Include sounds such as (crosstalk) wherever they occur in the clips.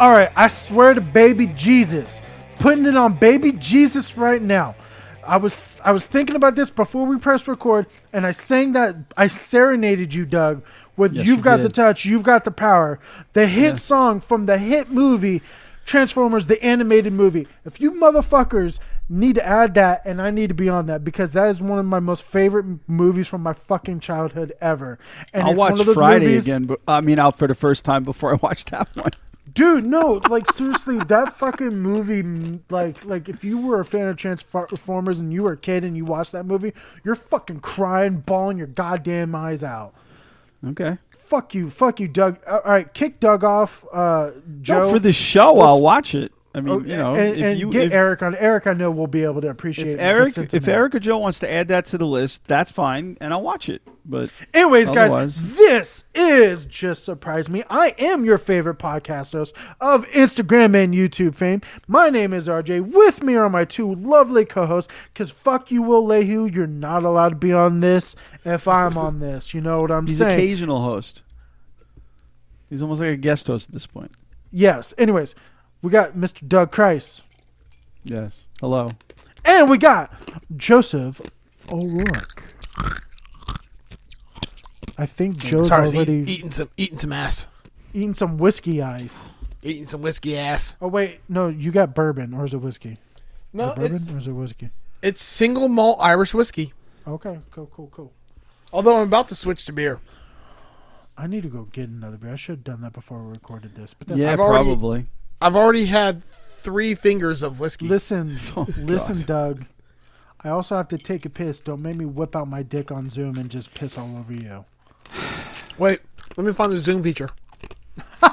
All right, I swear to baby Jesus, putting it on baby Jesus right now. I was I was thinking about this before we pressed record, and I sang that I serenaded you, Doug, with Yes, "You've you Got the did. Touch, You've Got the Power," the hit song from the hit movie Transformers, the animated movie. If you motherfuckers need to add that, and I need to be on that because that is one of my most favorite m- movies from my fucking childhood ever. And I'll it's one watch of those Friday movies- again. But, I mean, out for the first time before (laughs) I watch that one. dude no like seriously that fucking movie m- like like if you were a fan of transformers and you were a kid and you watched that movie you're fucking crying bawling your goddamn eyes out Okay. fuck you fuck you doug uh, all right kick doug off uh joe No, for the show, Well, I'll watch it. I mean, Oh, you know, and, if and you get if, eric on eric i know will be able to appreciate if the Eric if sentiment. Eric or Joe wants to add that to the list, that's fine, and I'll watch it. But Anyways, guys, Otherwise- this is Just Surprise Me. I am your favorite podcast host of Instagram and YouTube fame. My name is RJ. With me are my two lovely co hosts, because fuck you, Will Lehue. You're not allowed to be on this if I'm on this. You know what I'm he's saying? occasional host. He's almost like a guest host at this point. yes. Anyways, we got Mr. Doug Christ Yes. Hello. and we got Joseph O'Rourke. I think Joe's Sorry, he's already eating, eating some eating some ass, eating some whiskey ice. eating some whiskey ass. Oh wait, no, you got bourbon or is it whiskey? Is No, it bourbon or is it whiskey? it's single malt Irish whiskey. Okay, cool, cool, cool. Although I'm about to switch to beer. I need to go get another beer. I should have done that before we recorded this. But that's yeah, I've already- probably. I've already had three fingers of whiskey. listen, (laughs) Oh, (laughs) listen, God. Doug. I also have to take a piss. Don't make me whip out my dick on Zoom and just piss all over you. Wait, let me find the Zoom feature. (laughs)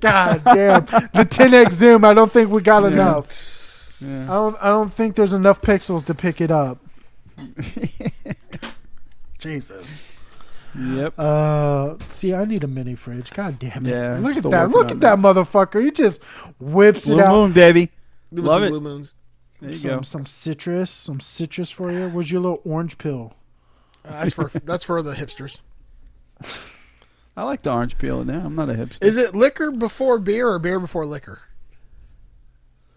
God damn, the 10x Zoom. I don't think we got enough. Yeah. I don't. I don't think there's enough pixels to pick it (laughs) up. Jesus. Yep. Uh, see, I need a mini fridge. God damn it! Yeah, look at still that! working Look on at that motherfucker! He just whips Blue it out. Moon, baby. Blue Love Moons and it. Blue Moons. There you some, go. some citrus, some citrus for you. Where's your little orange pill? Uh, that's for (laughs) that's for the hipsters. I like the orange peel. Now I'm not a hipster. Is it liquor before beer or beer before liquor?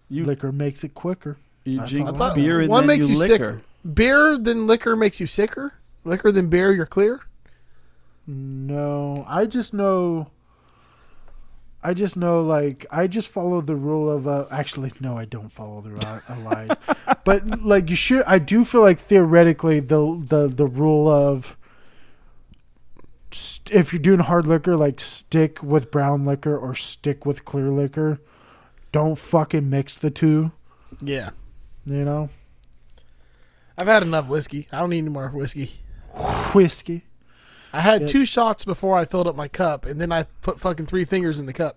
You- Liquor makes it quicker. you I drink thought- beer and One then makes you you liquor. sicker. Beer than liquor makes you sicker. Liquor than beer, you're clear. No, I just know. I just know, like, I just follow the rule of. Uh, actually, no, I don't follow the rule. I lied. but like, you should. I do feel like theoretically, the the the rule of. st- If you're doing hard liquor, like stick with brown liquor or stick with clear liquor. Don't fucking mix the two. Yeah, You know, I've had enough whiskey. I don't need any more whiskey. whiskey. I had Yep. two shots before I filled up my cup, and then I put fucking three fingers in the cup.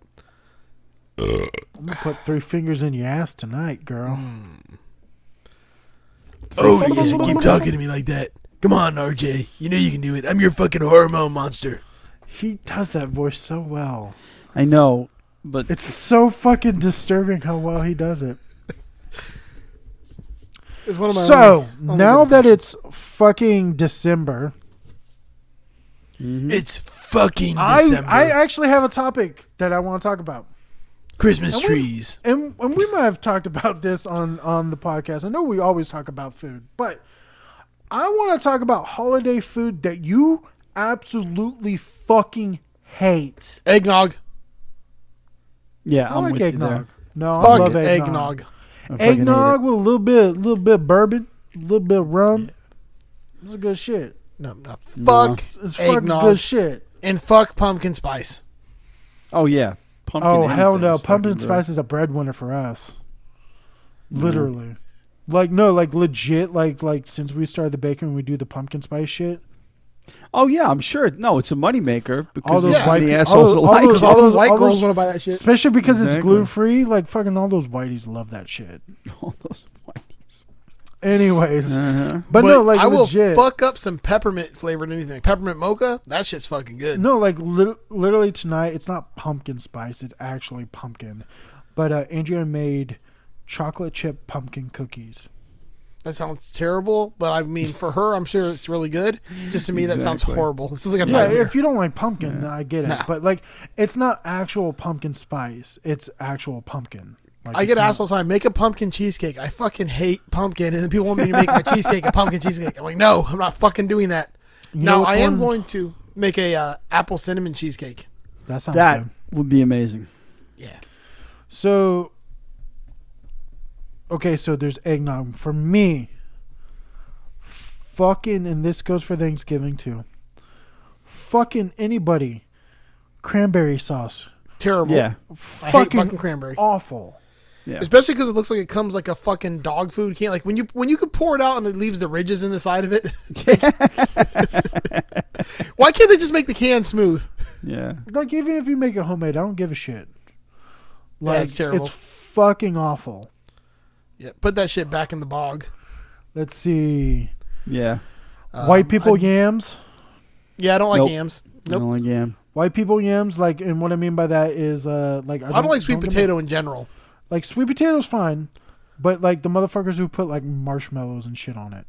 I'm gonna put three fingers in your ass tonight, girl. Oh, you guys should keep talking to me like that. Come on, RJ. You know you can do it. I'm your fucking hormone monster. He does that voice so well. I know, but It's so fucking disturbing how well he does it. It's one of my So only now good that it's fucking December, It's fucking I, December. I actually have a topic that I want to talk about, Christmas we- trees. and and we might have talked about this on on the podcast. I know we always talk about food, but I want to talk about holiday food that you absolutely fucking hate. eggnog. yeah, I I'm like with eggnog. No, I Fuck love eggnog. you there. I fucking hate eggnog with a little bit, little bit of bourbon, a little bit of rum. It's good shit. No, no. Fuck No. It's fucking eggnog good shit. and fuck pumpkin spice. it. Oh yeah, pumpkin. oh hell anything's no! fucking Pumpkin good. spice is a breadwinner for us. Literally, like no, like legit, like like since we started the bakery, we do the pumpkin spice shit. Oh yeah, I'm sure. No, it's a moneymaker because All those there's so white many pe- all assholes those- all alike. those- (laughs) All those white all girls those- want to buy that shit. Especially because it's Exactly. gluten free. Like fucking all those whiteys love that shit. all those whiteys. Anyways, Uh-huh. but, no, like I will legit. fuck up some peppermint flavored anything. Peppermint mocha, that shit's fucking good. No, like lit- literally tonight, it's not pumpkin spice. It's actually pumpkin. But uh, Andrea made chocolate chip pumpkin cookies. That sounds terrible, but I mean, for her, I'm sure it's really good. Just to me, that sounds Exactly. (laughs) horrible. This is like a Yeah, nightmare. if you don't like pumpkin, then I get it. But like, it's not actual pumpkin spice; it's actual pumpkin. Like, I it's get not- asked all the time, make a pumpkin cheesecake. I fucking hate pumpkin, and then people want me to make my cheesecake a pumpkin cheesecake. I'm like, no, I'm not fucking doing that. know No, which I am one- going to make a uh, apple cinnamon cheesecake. That sounds That good. would be amazing. Yeah. So, okay, so there's eggnog for me. Fucking, and this goes for Thanksgiving too. Fucking anybody, cranberry sauce. Oh. Terrible. Yeah. I fucking hate fucking cranberry. Awful. Yeah. Especially because it looks like it comes like a fucking dog food can. Like when you when you can pour it out and it leaves the ridges in the side of it. Why can't they just make the can smooth? Yeah. Like even if you make it homemade, I don't give a shit. Like it's terrible. it's fucking awful. Yeah, put that shit back in the bog. Let's see. Yeah. White people Um, I- yams. Yeah, I don't like Nope. yams. Nope. Nope. Only game. White people yams, like, and what I mean by that is, uh, like, I don't like sweet get me- potato in general. Like, sweet potato's fine, but like the motherfuckers who put like marshmallows and shit on it.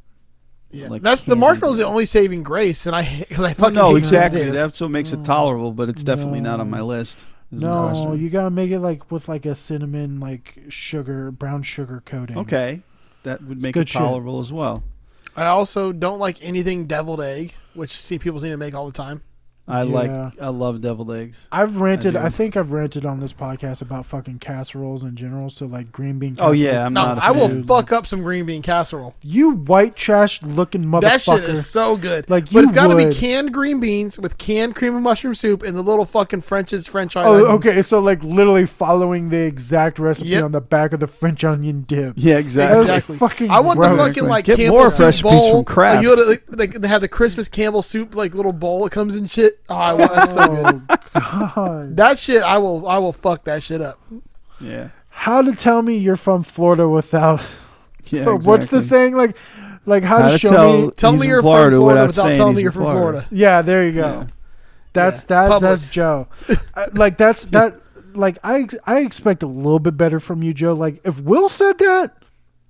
Yeah, Like that's the candy. marshmallow's the only saving grace, and I because I fucking no, hate exactly. sweet potatoes. That's what makes it tolerable, but it's definitely not on my list. There's No, question. you gotta make it like with like a cinnamon, like sugar, brown sugar coating. Okay. That would make good it shit. tolerable as well. I also don't like anything deviled egg, which see people seem to make all the time. I Yeah. like I love deviled eggs. I've ranted. do. I, think I've ranted on this podcast about fucking casseroles in general. So like green bean. Oh Casserole. yeah, I'm No, not. a I will fan. fuck up some green bean casserole. You white trash looking motherfucker. That shit is so good. Like, but you it's got to be would. canned green beans with canned cream and mushroom soup and the little fucking French's French fry. Oh, onions. okay. So like literally following the exact recipe Yep. on the back of the French onion dip. Yeah, That exactly. was fucking I want gross. the fucking like Get Campbell more soup fresh piece bowl. from Like, Kraft. you know, like, like they have the Christmas Campbell soup like little bowl that comes in shit. Oh, I want that's so (laughs) good. Oh god! That shit, I will, I will fuck that shit up. Yeah. How to tell me you're from Florida without? (laughs) Yeah. What's the exactly. saying? Like, like how, How to to show tell- me? Tell He's me in you're Florida from Florida without without saying telling he's me in you're from Florida. Florida. Yeah, there you go. Yeah. That's Yeah. that. That's Publix. (laughs) Joe. Uh, like that's that. Like I I expect a little bit better from you, Joe. Like if Will said that,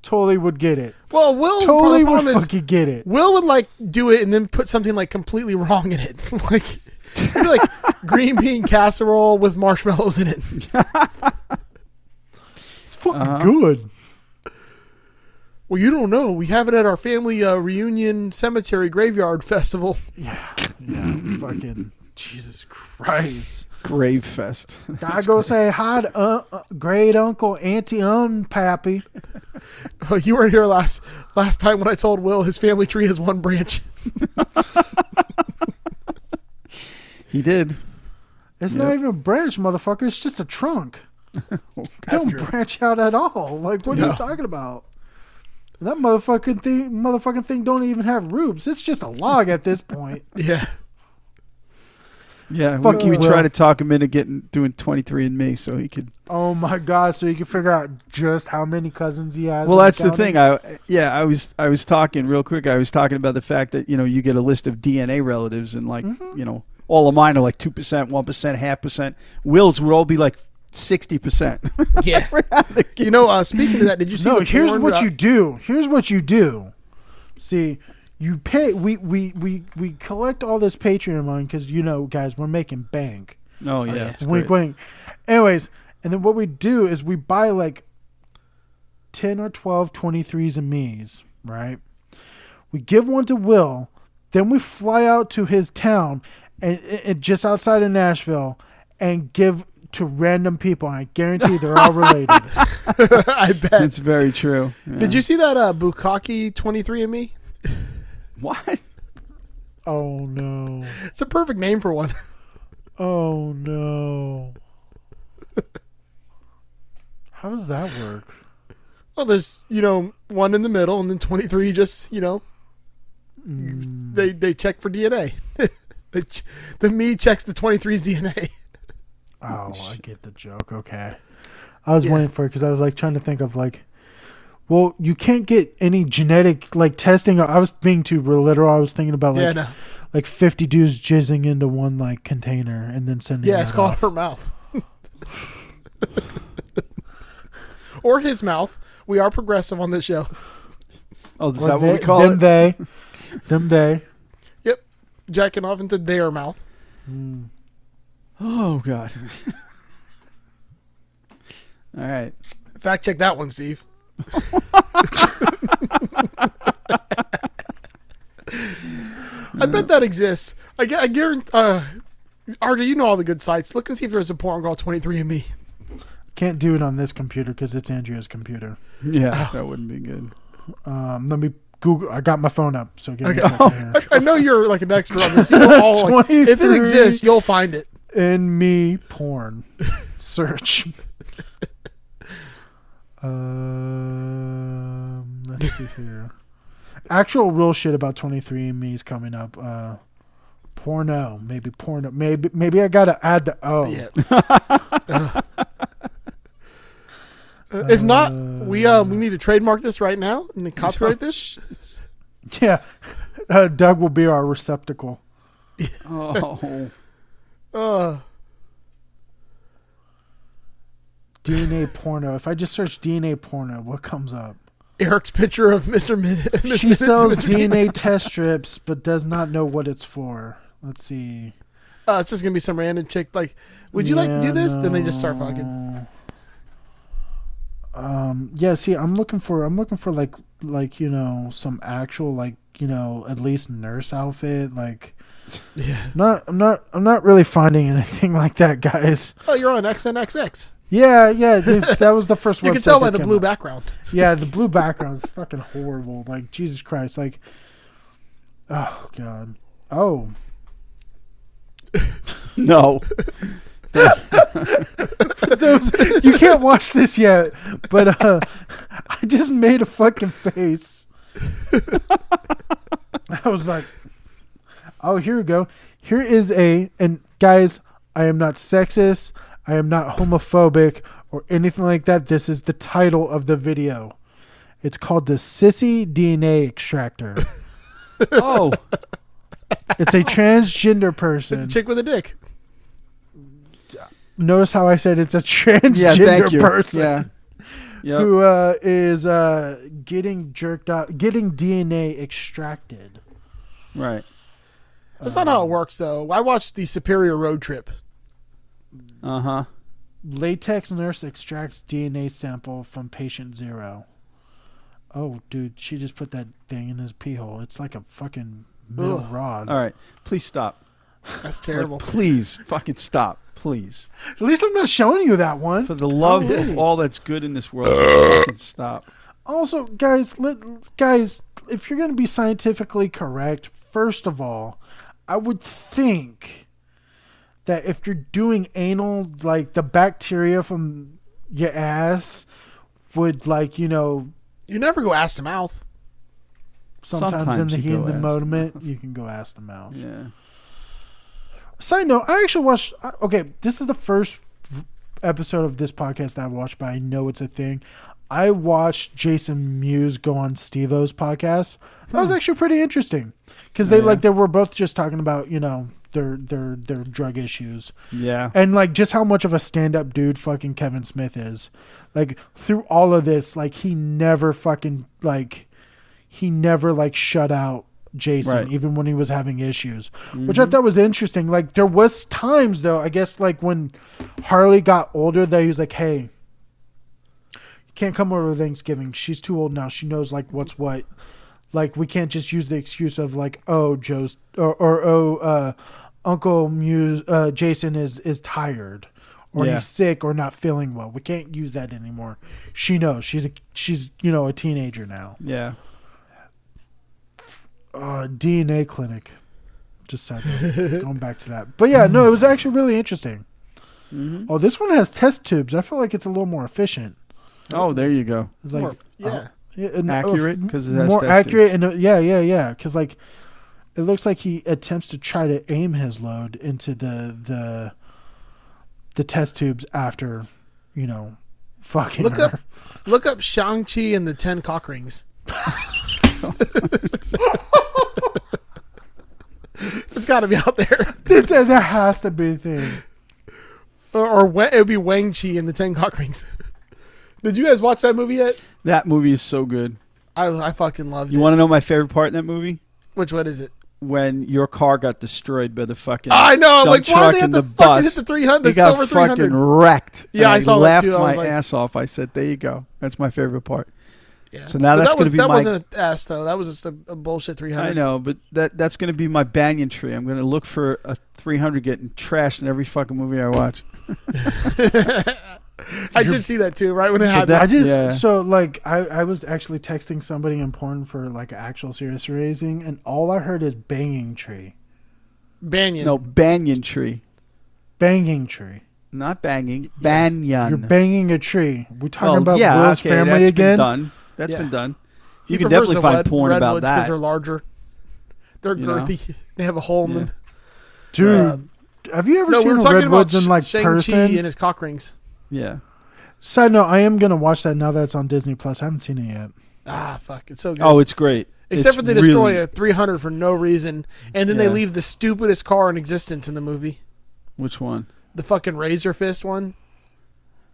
totally would get it. Well, Will Totally the would problem is, fucking get it. Will would like do it and then put something like completely (laughs) wrong in it, like it'd be (laughs) like green bean casserole with marshmallows in it. It's fucking Uh-huh. good. Well, you don't know. We have it at our family uh, reunion cemetery graveyard festival. (laughs) Yeah, fucking Jesus Christ. Grave fest. (laughs) I go say hi to uh, uh, great uncle, auntie, um, pappy. Oh, you were here last last time when I told Will his family tree is one branch. (laughs) he did. It's not even a branch, motherfucker. It's just a (laughs) trunk. That's Don't true. branch out at all. Like what are No. you talking about? That motherfucking thing, motherfucking thing, don't even have roots. It's just a log at this point. Yeah. Yeah. Fuck we, you, We Will. tried to talk him into getting doing 23 and me, so he could. Oh my god! So you can figure out just how many cousins he has. Well, and that's the counting? thing. I yeah, I was I was talking real quick. I was talking about the fact that you know you get a list of DNA relatives, and like you know all of mine are like two percent, one percent, half percent. Will's would all be like sixty percent. Yeah. you know, uh, speaking of that, did you see No, the here's porn, what uh, you do. Here's what you do. See, you pay. We we we we collect all this Patreon money because you know, guys, we're making bank. oh yeah. it's wink, great. wink. Anyways, and then what we do is we buy like 10 or 12 23s and me's, right? We give one to Will, then we fly out to his town and, and just outside of Nashville and give to random people. And I guarantee they're (laughs) all related. (laughs) I bet. It's very true. Did you see that uh, Bukaki 23andMe? What? oh no. It's a perfect name for one. Oh no. How does that work? Well, there's you know one in the middle, and then 23 just you know they they check for (laughs) DNA. the, ch- the me checks the 23's DNA. Oh, I get the joke. Okay. I was waiting for it because I was like trying to think of like, well, you can't get any genetic like testing. I was being too literal. I was thinking about like yeah, no. like fifty dudes jizzing into one like container and then sending. yeah, it's that called off. her mouth. (laughs) or his mouth. We are progressive on this show. Oh, (laughs) is Or that they, what we call them it? (laughs) they. them they. Jacking off into their mouth. oh God. (laughs) All right. Fact check that one, Steve. I bet that exists. I, gu- I guarantee. Uh, RJ, you know all the good sites. Look and see if there's a porn called 23andMe. Can't do it on this computer because it's Andrea's computer. Yeah, that wouldn't be good. Um, let me Google. I got my phone up, so give (laughs) me a second here. I, I know you're like an expert on this. You know all, like, if it 23. exists, you'll find it. and me porn search. um, let's see here. Actual real shit about 23andMe is coming up. Uh, porno, maybe porno, maybe maybe I gotta add the oh, O. Yeah. Uh, if not, we uh, we need to trademark this right now and (laughs) then copyright this. (laughs) Yeah. Uh, Doug will be our receptacle. Oh. Uh, DNA porno. If I just search DNA porno, what comes up? Eric's picture of Mr. Min- Mr. She Mrs. sells Mr. Min- DNA test strips, but does not know what it's for. Let's see. Uh, it's just gonna be some random chick like, would you like to Yeah, do this? Then they just start fucking. no. Um. Yeah. See, I'm looking for. I'm looking for like, like you know, some actual like you know, at least nurse outfit. Like, Yeah. not. I'm not. I'm not really finding (laughs) anything like that, guys. Oh, you're on XNXX. Yeah. Yeah. (laughs) This, that was the first. You can website tell by that the came blue up. background. Yeah, the (laughs) blue background is fucking horrible. Like Jesus Christ. Like, oh god. Oh, No. you can't watch this yet. But uh, (laughs) I just made a fucking face. (laughs) I was like, "Oh, here we go. Here is a and guys, I am not sexist. I am not homophobic or anything like that. This is the title of the video. It's called the Sissy DNA Extractor. Oh. (laughs) It's a transgender It's a person. chick with a dick. Notice how I said it's a transgender Yeah. Thank you. person. Yeah. (laughs) Yep. who uh, is uh, getting jerked out, getting DNA extracted. Right. That's not how it works though. I watched the Superior Road Trip. Uh huh. Latex nurse extracts DNA sample from patient zero. Oh, dude, she just put that thing in his pee hole. It's like a fucking metal Ugh. rod. All right. Please stop. That's terrible. Please fucking stop. Please. At least I'm not showing you that one. For the love of all that's good in this world, just fucking stop. also, guys, let, guys, if you're going to be scientifically correct, first of all, I would think that if you're doing anal, like the bacteria from your ass would, like, you know, You never go ass to mouth. sometimes, in Sometimes the you heat of go the ass to moment, you can go ass to mouth. Yeah. Side note, I actually watched. I- Okay, this is the first v- episode of this podcast that I watched, but I know it's a thing. I watched Jason Mewes go on Steve O's podcast. That was actually pretty interesting because they Yeah. like they were both just talking about you know their their their drug issues Yeah. and like just how much of a stand-up dude fucking Kevin Smith is. Like through all of this, like he never fucking like he never like shut out Jason Right. Mm-hmm. even when he was having issues, which I thought was interesting. Like there was times though, I guess like when Harley got older, that he was like, "Hey, you can't come over to Thanksgiving. She's too old now. She knows like what's what." Like we can't just use the excuse of like oh Joe's or, or oh uh, Uncle Muse uh, Jason is is tired or Yeah. he's sick or not feeling well. We can't use that anymore. She knows she's a she's you know a teenager now. Yeah. Uh, DNA clinic. Just said that. going back to that, but yeah, no, it was actually really interesting. hmm Oh, this one has test tubes. I feel like it's a little more efficient. Oh, there you go. It's Like oh. Or- yeah. Yeah, and, uh, Accurate? f- 'Cause it has more test accurate and uh, yeah, yeah, yeah. Because like, it looks like he attempts to try to aim his load into the the the test tubes after, you know, fucking. Look her. (laughs) up, look up Shang Chi and the Ten Cock Rings. (laughs) it's got to be out there. There, there- there has to be a thing. Or, or Wa- it would be (laughs) Wang Chi and the Ten Cock Rings. Did you guys watch that movie yet? That movie is so good. I, I fucking loved You it. want to know my favorite part in that movie? Which one is it? When your car got destroyed by the fucking I know. I'm dump like, truck why did they have and to the fucking bus. hit the 300, he the got silver fucking 300? wrecked. Yeah, and I saw that laughed too. I my was like- ass off. I said, "There you go. That's my favorite part." Yeah. So now But that's that was, gonna be that my- wasn't an ass though. That was just a, a bullshit 300. I know, but that that's going to be my banyan tree. I'm going to look for a 300 getting trashed in every fucking movie I watch. I did see that too. Right when it happened. that- I did. yeah. So like I, I was actually texting somebody important for like actual serious raising, and all I heard is banging tree, Banyan. No, banyan tree, banging tree. not banging, banyan. You're banging a tree. We talking Well, about yeah, Will's okay, family that's again? Been done. That's Yeah. been done. He You can prefers definitely the find red- porn about redwoods 'cause that. They're larger. They're You know? girthy. (laughs) They have a hole in Yeah. them. Dude, Um, have you ever No, we seen were talking about Redwoods in like Shang person? Chi and his cock rings. Yeah. Side note: I am gonna watch that now that it's on Disney Plus. I haven't seen it yet. Ah, fuck! It's so good. Oh, it's great. Except It's for they destroy really- a 300 for no reason, and then Yeah. they leave the stupidest car in existence in the movie. Which one? The fucking razor fist one.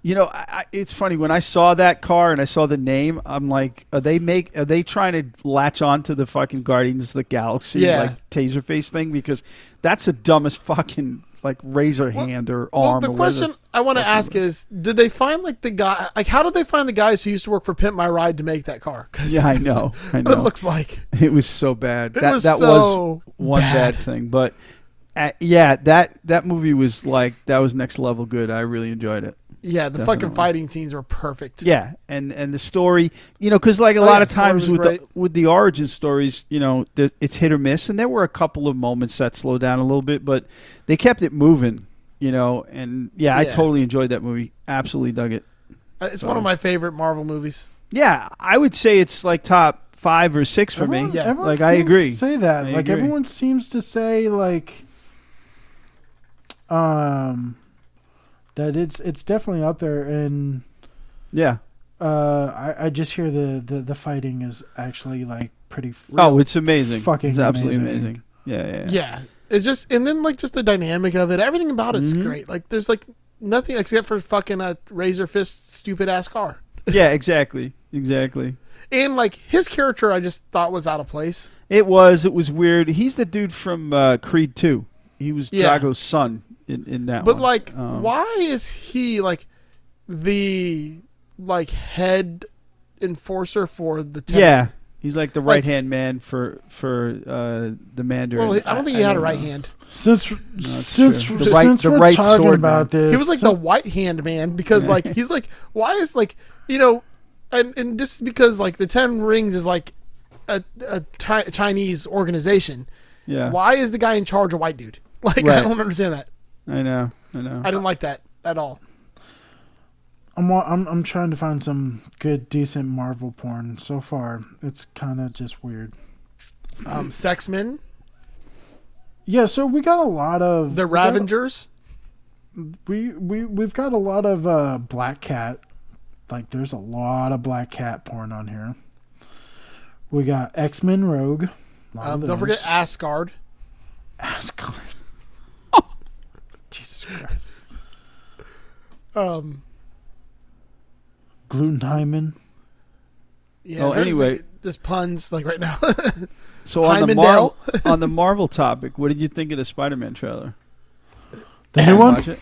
You know, I, I, it's funny when I saw that car and I saw the name. I'm like, are they make? Are they trying to latch on to the fucking Guardians of the Galaxy Yeah. like taser face thing? Because that's the dumbest fucking like razor hand or Well, arm. the or whatever question I want to fuck it ask is, did they find like the guy? Like, how did they find the guys who used to work for Pimp My Ride to make that car? 'Cause Yeah, (laughs) I know. I what know. it looks like. It was so bad. that was that so was one bad, thing, but uh, yeah, that that movie was like that was next level good. I really enjoyed it. Yeah, the fucking Definitely. fighting scenes were perfect. Yeah, and and the story, you know, because like a Oh, lot yeah, of times story with was the with the origin stories, you know, there, it's hit or miss, and there were a couple of moments that slowed down a little bit, but they kept it moving, you know, and yeah, I Yeah. totally enjoyed that movie. Absolutely dug it. Uh, it's one of So- my favorite Marvel movies. Yeah, I would say it's like top five or six for everyone, me. yeah. everyone Like, seems I agree. To say that. I like agree. everyone seems to say like, um, that it's it's definitely out there, and Yeah. uh, I I just hear the the the fighting is actually like pretty. Oh, it's amazing. fucking it's absolutely amazing. amazing. Yeah, yeah, yeah. Yeah. It's just and then like just the dynamic of it, everything about it's Mhm. great. Like there's like nothing except for fucking a razor fist stupid ass car. Yeah, exactly. Exactly. And like his character I just thought was out of place. It was. It was weird. He's the dude from uh, Creed 2. He was Yeah. Drago's son in, in that But one. like Um, why is he like the like head enforcer for the temple? Yeah. He's like the right hand man for for uh, the Mandarin. Well, I don't think he had a right know. hand. Since since true. The right- since the we're right talking sword, about this, He was like so- the white hand man because like he's like why is like you know and and just because like the Ten Rings is like a, a chi- Chinese organization. Yeah. Why is the guy in charge a white dude? (laughs) Like I Right. don't understand that. I know. I know. I didn't like that at all. I'm, wa- I'm I'm trying to find some good decent Marvel porn. So far, it's kind of just weird. Um, Sexmen, Yeah, so we got a lot of the we got- Ravengers. we we we've got a lot of uh black cat like there's a lot of black cat porn on here we got x-men rogue Lot Um, of don't those. forget Asgard. (laughs) asgard jesus christ Um, glutenheimen yeah. Oh, there- anyway. th- there's puns like right now. (laughs) so on the, Mar- Heimdall. on the Marvel topic, what did you think of the Spider Man trailer? the new one Watch it?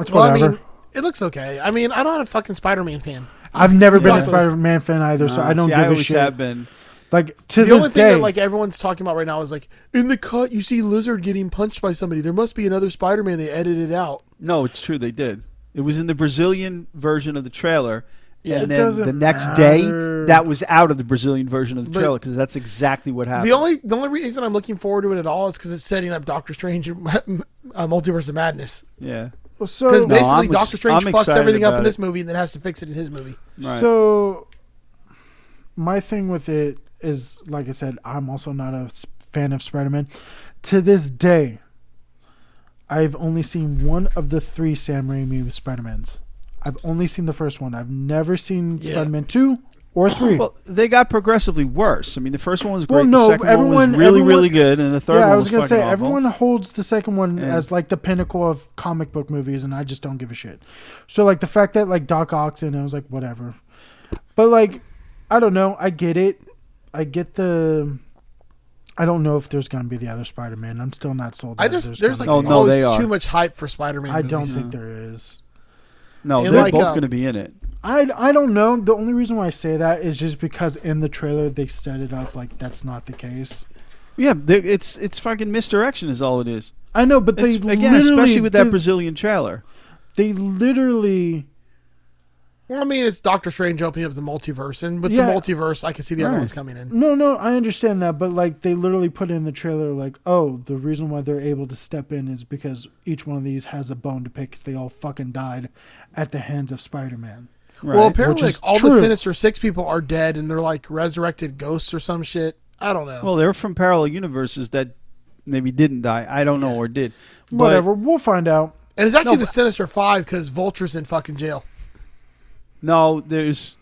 it's well, I whatever I mean, it looks okay. I mean, I'm not a fucking Spider-Man fan. have never been a Fuck with us. spider-man fan either so Uh, i don't see, give I a always shit have been. like to The this only thing day that like everyone's talking about right now is like in the cut you see Lizard getting punched by somebody. There must be another Spider-Man they edited out. No, it's true. They did. It was in the Brazilian version of the trailer. Yeah. It and then doesn't the next matter. day, that was out of the Brazilian version of the But- trailer because that's exactly what happened. The only the only reason I'm looking forward to it at all is because it's setting up Doctor Strange and (laughs) uh, Multiverse of Madness. yeah. Because so No, basically I'm ex- Doctor Strange I'm fucks excited everything up about in it. this movie and then has to fix it in his movie. Right. So, my thing with it is, like I said, I'm also not a s- fan of Spider Man. To this day, I've only seen one of the three Sam Raimi Spider Mans. I've only seen the first one. I've never seen Yeah. Spider Man 2 or 3. well, they got progressively worse. I mean, the first one was great. Well, no, the second one everyone- was really, everyone- really good, and the third yeah, one I was going going to to say, everyone holds the second one And- as like the pinnacle of comic book movies, and I just don't give a shit. So, like, the fact that like Doc Ock's in it, I was like, whatever. But, like, I don't know. I get it. I get the. I don't know if there's going to be the other Spider-Man. I'm still not sold. I that just there's like gonna Oh, be- no, always they are. too much hype for Spider-Man. I don't movies. think there is. No, Yeah, they're like, both uh, going to be in it. I, I don't know. The only reason why I say that is just because in the trailer they set it up like that's not the case. Yeah, they- it's it's fucking misdirection is all it is. I know, but they It's, again, literally- especially with that they- Brazilian trailer. they literally Well, I mean, it's Doctor Strange opening up the multiverse, and with Yeah. the multiverse, I can see the other Right. ones coming in. no no i understand that but like they literally put in the trailer like oh the reason why they're able to step in is because each one of these has a bone to pick 'cause they all fucking died at the hands of spider-man Right? Well, apparently, Which like is all true. the Sinister Six people are dead, and they're like resurrected ghosts or some shit. I don't know. Well, they're from parallel universes that maybe didn't die. I don't know or did. But whatever we'll find out and it's actually the Sinister Five because Vulture's in fucking jail. No, there's.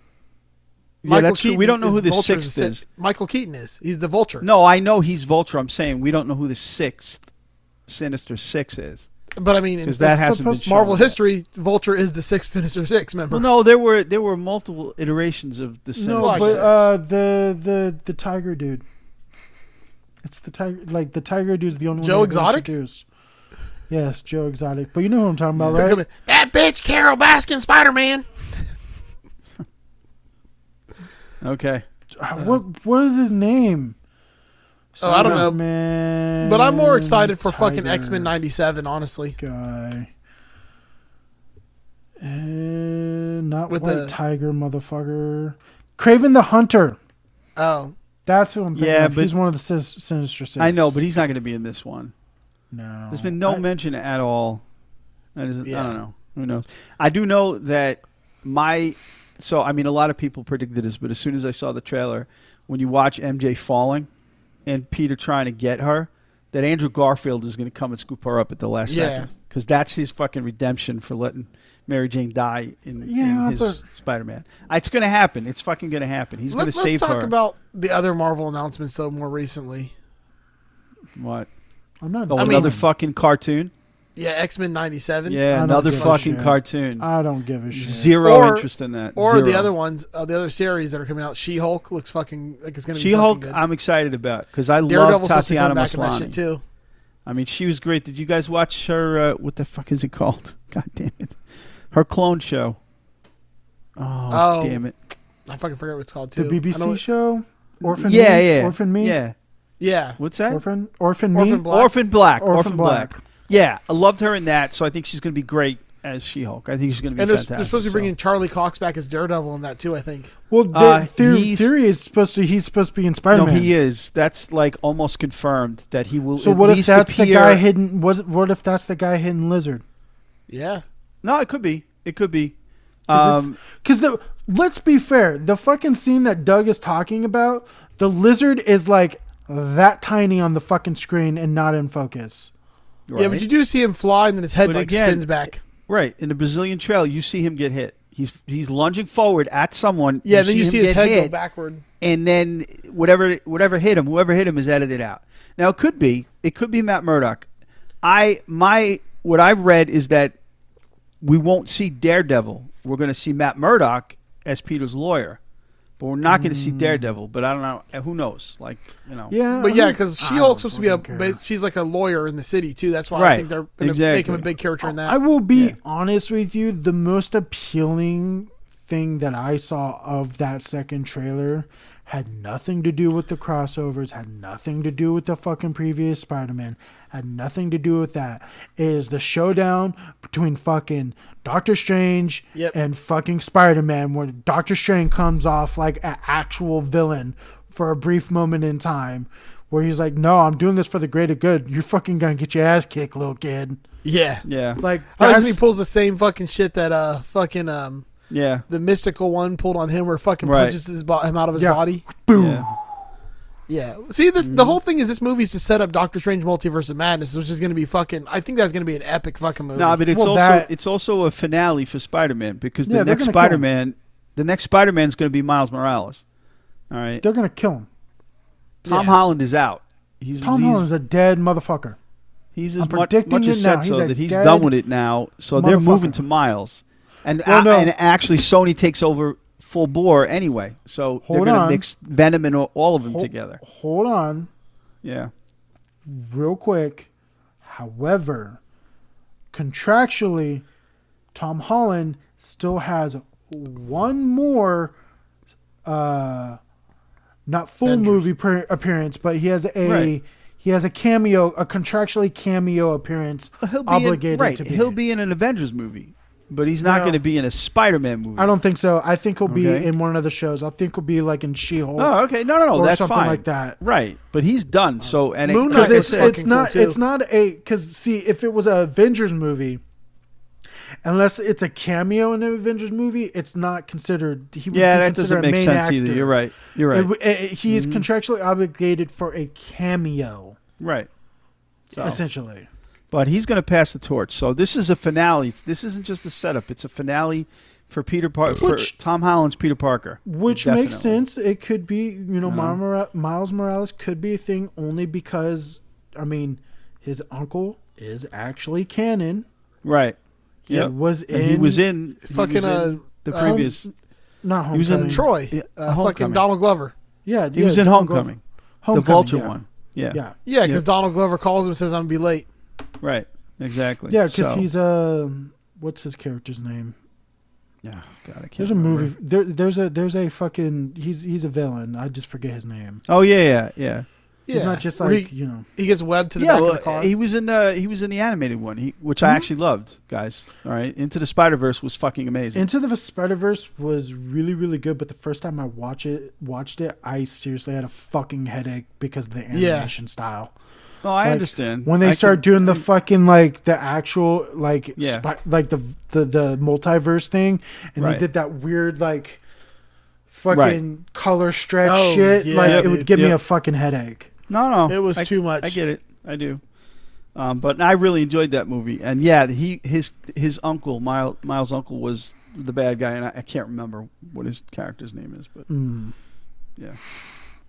Yeah, Michael that's true. We Keaton don't know is who the Vulture's sixth si- is. Michael Keaton is. He's the Vulture. No, I know he's Vulture. I'm saying we don't know who the sixth Sinister Six is. but I mean, in Because that It's hasn't been supposed- shown Marvel yet. history, Vulture is the sixth Sinister Six member. Well, no, there were there were multiple iterations of the Sinister. no Watch but this. uh the the the tiger dude it's the tiger like the tiger dude's the only Joe one that they Exotic? introduced. yes joe exotic but you know who i'm talking about They're right coming, that bitch Carol Baskin, Spider Man. okay, Uh, what what is his name Oh, I don't know. man But I'm more excited for fucking X Men '97, honestly. guy. Uh, not With White the- Tiger, motherfucker. Craven the Hunter. Oh, That's who I'm thinking Yeah, of. He's but- one of the sis- Sinister Six. I know, but he's not going to be in this one. no. There's been no I- mention at all. I, just, I Yeah. don't know. Who knows? I do know that my. So I mean, a lot of people predicted this, but as soon as I saw the trailer, when you watch MJ falling, and Peter trying to get her, that Andrew Garfield is going to come and scoop her up at the last Yeah. second because that's his fucking redemption for letting Mary Jane die in, in Yeah, his but- Spider-Man. It's going to happen. It's fucking going to happen. He's going Let, to us save talk her. about the other Marvel announcements though more recently. what? I'm not. Oh, I mean, another fucking cartoon. Yeah, X Men '97. I Yeah, don't another give a fucking shit. cartoon. I don't give a shit. Zero Or- interest in that. Or the Zero. other ones, uh, the other series that are coming out. She Hulk looks fucking like it's gonna be She Hulk, Fucking good. I'm excited about because I love Daredevil's supposed to Tatiana come back in that shit Maslany. too. I mean, she was great. Did you guys watch her? Uh, what the fuck is it called? (laughs) God damn it, her clone show. Oh, Oh, damn it! I fucking forget what it's called The too. I know BBC it- show? Orphan yeah, Me? yeah, Orphan Me? Yeah, Yeah. what's that? Orphan, Orphan, orphan Me? Orphan Black. Black. Orphan Orphan, Black. Black. Yeah, I loved her in that, so I think she's going to be great as She Hulk. I think she's going to be And they're, fantastic. they're supposed to be so- bringing Charlie Cox back as Daredevil in that too. I think. Well, the Uh, theory, he's- theory is supposed to. He's supposed to be in No, Spider Man. he is. That's like almost confirmed that he will. So at what if least that's the appear- guy hidden? Was what if that's the guy hidden lizard? Yeah. No, it could be. It could be. Because Um, the let's be fair, the fucking scene that Doug is talking about, the lizard is like that tiny on the fucking screen and not in focus. Yeah, but right. you do see him fly, and then his head But like again- spins back. Right in the Brazilian trail, you see him get hit. He's he's lunging forward at someone. Yeah, then you see his him head get go hit, backward. and then whatever whatever hit him, whoever hit him is edited out. Now it could be it could be Matt Murdock. I my what I've read is that we won't see Daredevil. We're going to see Matt Murdock as Peter's lawyer, but we're not going to see Daredevil. But I don't know. Who knows? Like you know. Yeah, But I Hmm. yeah, mean, because She don't Hulk's supposed to be a fucking ba- care. she's like a lawyer in the city too. That's why I Right. think they're gonna make him Exactly. a big character in that. I will be Yeah. honest with you. The most appealing thing that I saw of that second trailer had nothing to do with the crossovers, had nothing to do with the fucking previous Spider Man, had nothing to do with that. It is the showdown between fucking Doctor Strange Yep. and fucking Spider Man, where Doctor Strange comes off like an actual villain for a brief moment in time. Where he's like, no, I'm doing this for the greater good. You're fucking gonna get your ass kicked, little kid. yeah. Yeah. Like, I like that's- when he pulls the same fucking shit that uh fucking um Yeah. the mystical one pulled on him, where fucking Right. punches his bo- him out of his Yeah. body. Boom. Yeah. See, this Mm-hmm. the whole thing is this movie's to set up Doctor Strange Multiverse of Madness, which is going to be fucking. I think that's going to be an epic fucking movie. No, but it's Well, also that- it's also a finale for Spider-Man because the Yeah, they're next gonna kill him. Spider-Man, the next Spider-Man is going to be Miles Morales. All right, They're gonna kill him. Tom Yeah. Holland is out. He's Tom he's, Holland's a dead motherfucker. he's I'm as much, predicting much it as now. said He's so a that he's dead done with it now. So they're moving motherfucker. to Miles, and Well, a- no. and actually Sony takes over full bore anyway. So Hold they're going on. to mix Venom and all- all of them Hold- together. Hold on, Yeah. real quick. However, contractually, Tom Holland still has one more, uh, not full Avengers. movie per- appearance, but he has a Right. he has a cameo, a contractually cameo appearance He'll be obligated in, right. to be. he'll in. be in an Avengers movie, but he's not No. going to be in a Spider-Man movie. I don't think so. I think he'll be Okay. in one of the shows. I think he'll be like in She-Hulk. Oh, okay. No, no, no. or that's something fine. like that. Right. But he's done. So and it- Moon because like Knight it's I was said- fucking it's not cool, too. it's not a because see if it was a Avengers movie, unless it's a cameo in an Avengers movie, it's not considered. He would yeah, be that considered doesn't a make main sense actor. either. You're right. You're It right. Mm-hmm. w- eh, eh, he is contractually obligated for a cameo, right. So, essentially. but he's going to pass the torch. So this is a finale. It's- This isn't just a setup. It's a finale for Peter Parker, for Which- Tom Holland's Peter Parker. Which makes Definitely. Uh-huh. sense. It could be you know Miles Mora- Miles Morales could be a thing only because I mean his uncle is actually canon. Right. He Yep. was in And he was in he Fucking, was in uh, the um, previous. not was in Homecoming. Troy, Yeah, uh, Homecoming. fucking Donald Glover. Yeah, he was in Homecoming, Homecoming, the Vulture yeah. one. Yeah. Yeah, Yeah, because Yeah. Donald Glover calls him and says, "I'm gonna be late." Right. Exactly. yeah, because So- he's uh, what's his character's name? Yeah. God, I can't There's a remember. movie. There, there's a there's a fucking he's he's a villain. I just forget his name. Oh yeah, yeah, yeah. Yeah, He's not just where like he, you know. he gets webbed to the yeah, back well, of the car. Hmm? he was in the he was in the animated one, he, which I actually loved, guys. All right, Into the Spider Verse was fucking amazing. Into the Spider Verse was really really good, but the first time I watch it watched it, I seriously had a fucking headache because of the Yeah. animation style. No, Oh, I Like, understand When they I start can- doing the fucking like the actual like Yeah. spi- like the, the the multiverse thing, and Right. they did that weird like fucking color stretch Oh, shit. yeah, like it dude. would give me Yep. a fucking headache. no, no, it was I, too much. I get it, I do. Um, but I really enjoyed that movie, and yeah, he his his uncle Miles Miles' uncle was the bad guy, and I, I can't remember what his character's name is, but Mm. Yeah.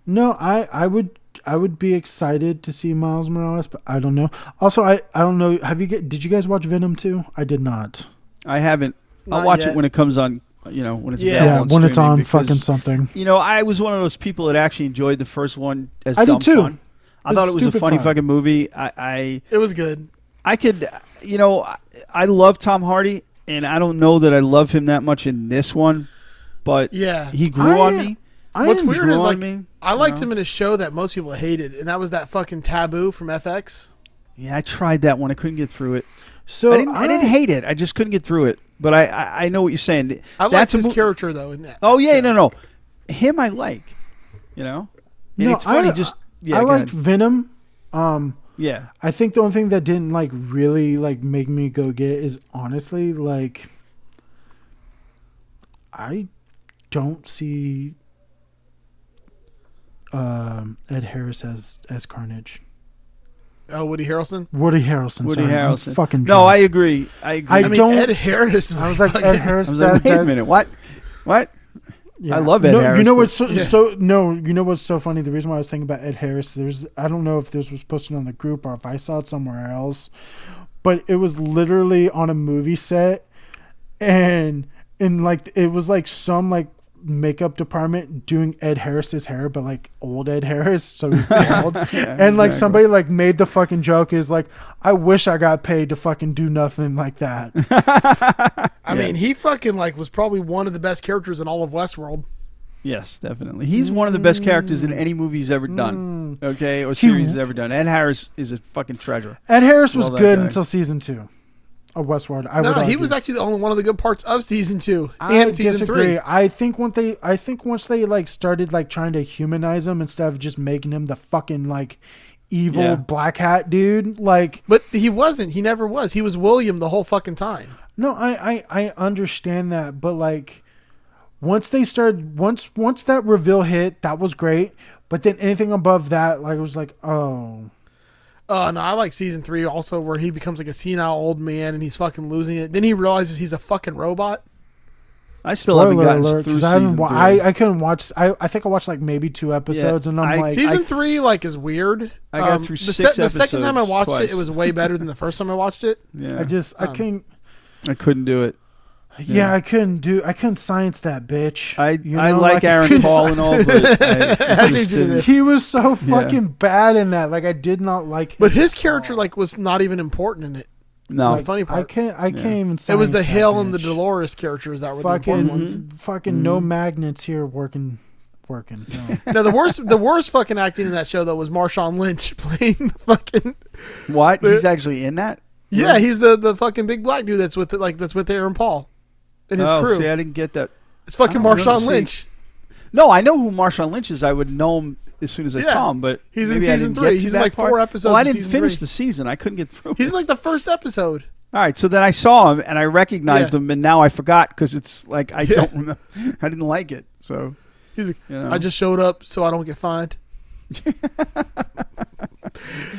No, I I would I would be excited to see Miles Morales, but I don't know. Also, I I don't know. Have you get? Did you guys watch Venom too? I did not. I haven't. I'll Not watch it yet. when it comes on. You know, when it's Yeah. Yeah, available when it's streaming on because- fucking something. You know, I was one of those people that actually enjoyed the first one as I did dumb too. fun. I It was thought it was a stupid funny fun. fucking movie. I, I It was good. I could, you know, I, I love Tom Hardy, and I don't know that I love him that much in this one, but Yeah, he grew I- on me. I What's am- weird grew is on like me, I liked know? him in a show that most people hated, and that was that fucking taboo from FX. Yeah, I tried that one. I couldn't get through it. So I didn't. I, didn't hate it. I just couldn't get through it. But I, I, I know what you're saying. I liked That's a his mo- character though. In that, Oh yeah, no, no, him I like. You know, and No, it's funny. I- just yeah, I go liked ahead. Venom. Um, yeah. I think the only thing that didn't like really like make me go get it is honestly like I don't see um, Ed Harris as as Carnage. Oh, Woody Harrelson. Woody Harrelson. Woody sorry, I'm Harrelson. Fucking no, I drunk. agree. I agree. I I mean, don't- Ed Harris. I was like Ed Harris. I was like, that- wait a that- minute, what? What? yeah. I love Ed no, You Harris, know but- what's so, Yeah. so no. You know what's so funny? The reason why I was thinking about Ed Harris. There's I don't know if this was posted on the group or if I saw it somewhere else, but it was literally on a movie set, and and like it was like some like makeup department doing Ed Harris's hair, but like old Ed Harris, so (laughs) he's bald. and like exactly. somebody like made the fucking joke is like, I wish I got paid to fucking do nothing like that. I mean, he fucking like was probably one of the best characters in all of Westworld. Yes, definitely. He's one of the best characters in any movie he's ever done. Okay, or series he's ever done. Ed Harris is a fucking treasure. Ed Harris was Love that good guy. until season two of Westworld. I No, would he argue. was actually the only one of the good parts of season two I and season disagree. three. I think once they, I think once they like started like trying to humanize him instead of just making him the fucking like evil Yeah. black hat dude. Like, But he wasn't. He never was. He was William the whole fucking time. no, I, I, I understand that, but like, once they started, once, once that reveal hit, that was great. But then anything above that, like, it was like, oh, Uh, no, I like season three also, where he becomes like a senile old man and he's fucking losing it. Then he realizes he's a fucking robot. I still spoiler haven't gotten alert, through 'cause I, season haven't wa- three. I, I couldn't watch. I, I think I watched like maybe two episodes, and I'm I- like, Season three, like, is weird. Um, I got through the six The second time I episodes watched twice. (laughs) it, it was way better than the first time I watched it. yeah, I just, I Um, can't. I couldn't do it. Yeah, I couldn't do. I couldn't science that bitch. I You I know, like, I Aaron couldn't (laughs) Paul and all, but I easy just to do. didn't. He was so fucking bad in that. Like I did not like him. But his character like was not even important in it. No, Like, funny I part. can't. I can't even. It was science the that Hill and the bitch. Dolores characters that were the Fucking, important ones. Mm-hmm. fucking no magnets here working, (laughs) working. No. Now the worst, the worst fucking acting in that show though was Marshawn Lynch (laughs) playing the fucking. what? He's actually in that. Yeah, he's the the fucking big black dude that's with like that's with Aaron Paul and his oh, crew. see, I didn't get that. it's fucking I don't Marshawn really Lynch. No, I know who Marshawn Lynch is. I would know him as soon as I Yeah. saw him, but He's in maybe I season didn't three. get to He's that in, like, part. four episodes Well, I of didn't season finish three. the season. I couldn't get through. He's it. in, like the first episode. all right. So then I saw him and I recognized Yeah. him, and now I forgot because it's like I Yeah. don't remember. I didn't like it. So He's like, You know. I just showed up so I don't (laughs) get fined.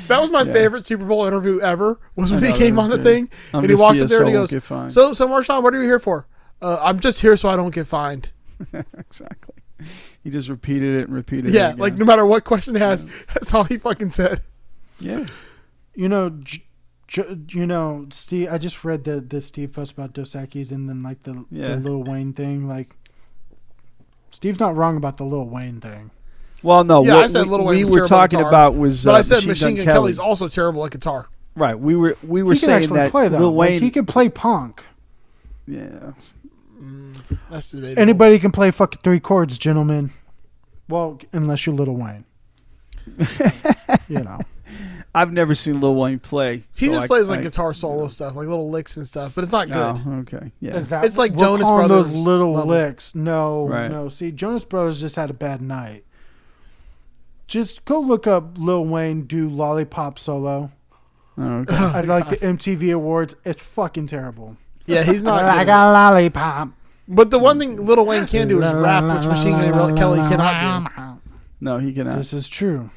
that was my Yeah. favorite Super Bowl interview ever. Was when I he know, came that on the was good. thing I'm and he just walks here up there and he so I won't goes, get fined. "So, so Marshawn, what are you here for? Uh, I'm just here so I don't get fined." (laughs) exactly, he just repeated it and repeated it. Yeah, again. like no matter what question they ask, (laughs) that's all he fucking said. yeah. you know, j- j- you know, Steve. I just read the the Steve post about Dos Equis and then like the, Yeah. the Lil Wayne thing. Like, Steve's not wrong about the Lil Wayne thing. Well, no, Yeah, what I said we, Lil we Wayne was were terrible talking guitar, about was But uh, I said Machine, Gun, Kelly. Kelly's also terrible at guitar. right. We were we were He can saying actually that play though. Lil Like, Wayne. he can play punk. yeah, That's debatable. Anybody can play fucking three chords, gentlemen. Well, unless you're Little (laughs) Wayne. you know. I've never seen Lil Wayne play. He so just I- plays like I- guitar solo stuff, like little licks and stuff, but it's not good. Oh, okay. Yeah. Is that It's like we're Jonas calling those Brothers little level. licks? No, Right. no. See, Jonas Brothers just had a bad night. Just go look up Lil Wayne do lollipop solo. Oh, (laughs) okay. I like the MTV Awards. It's fucking terrible. Yeah, he's (laughs) not. good Like at a it. lollipop. But the one thing Little Wayne can do is rap, which Machine Gun Kelly cannot do. No, he cannot. This is true.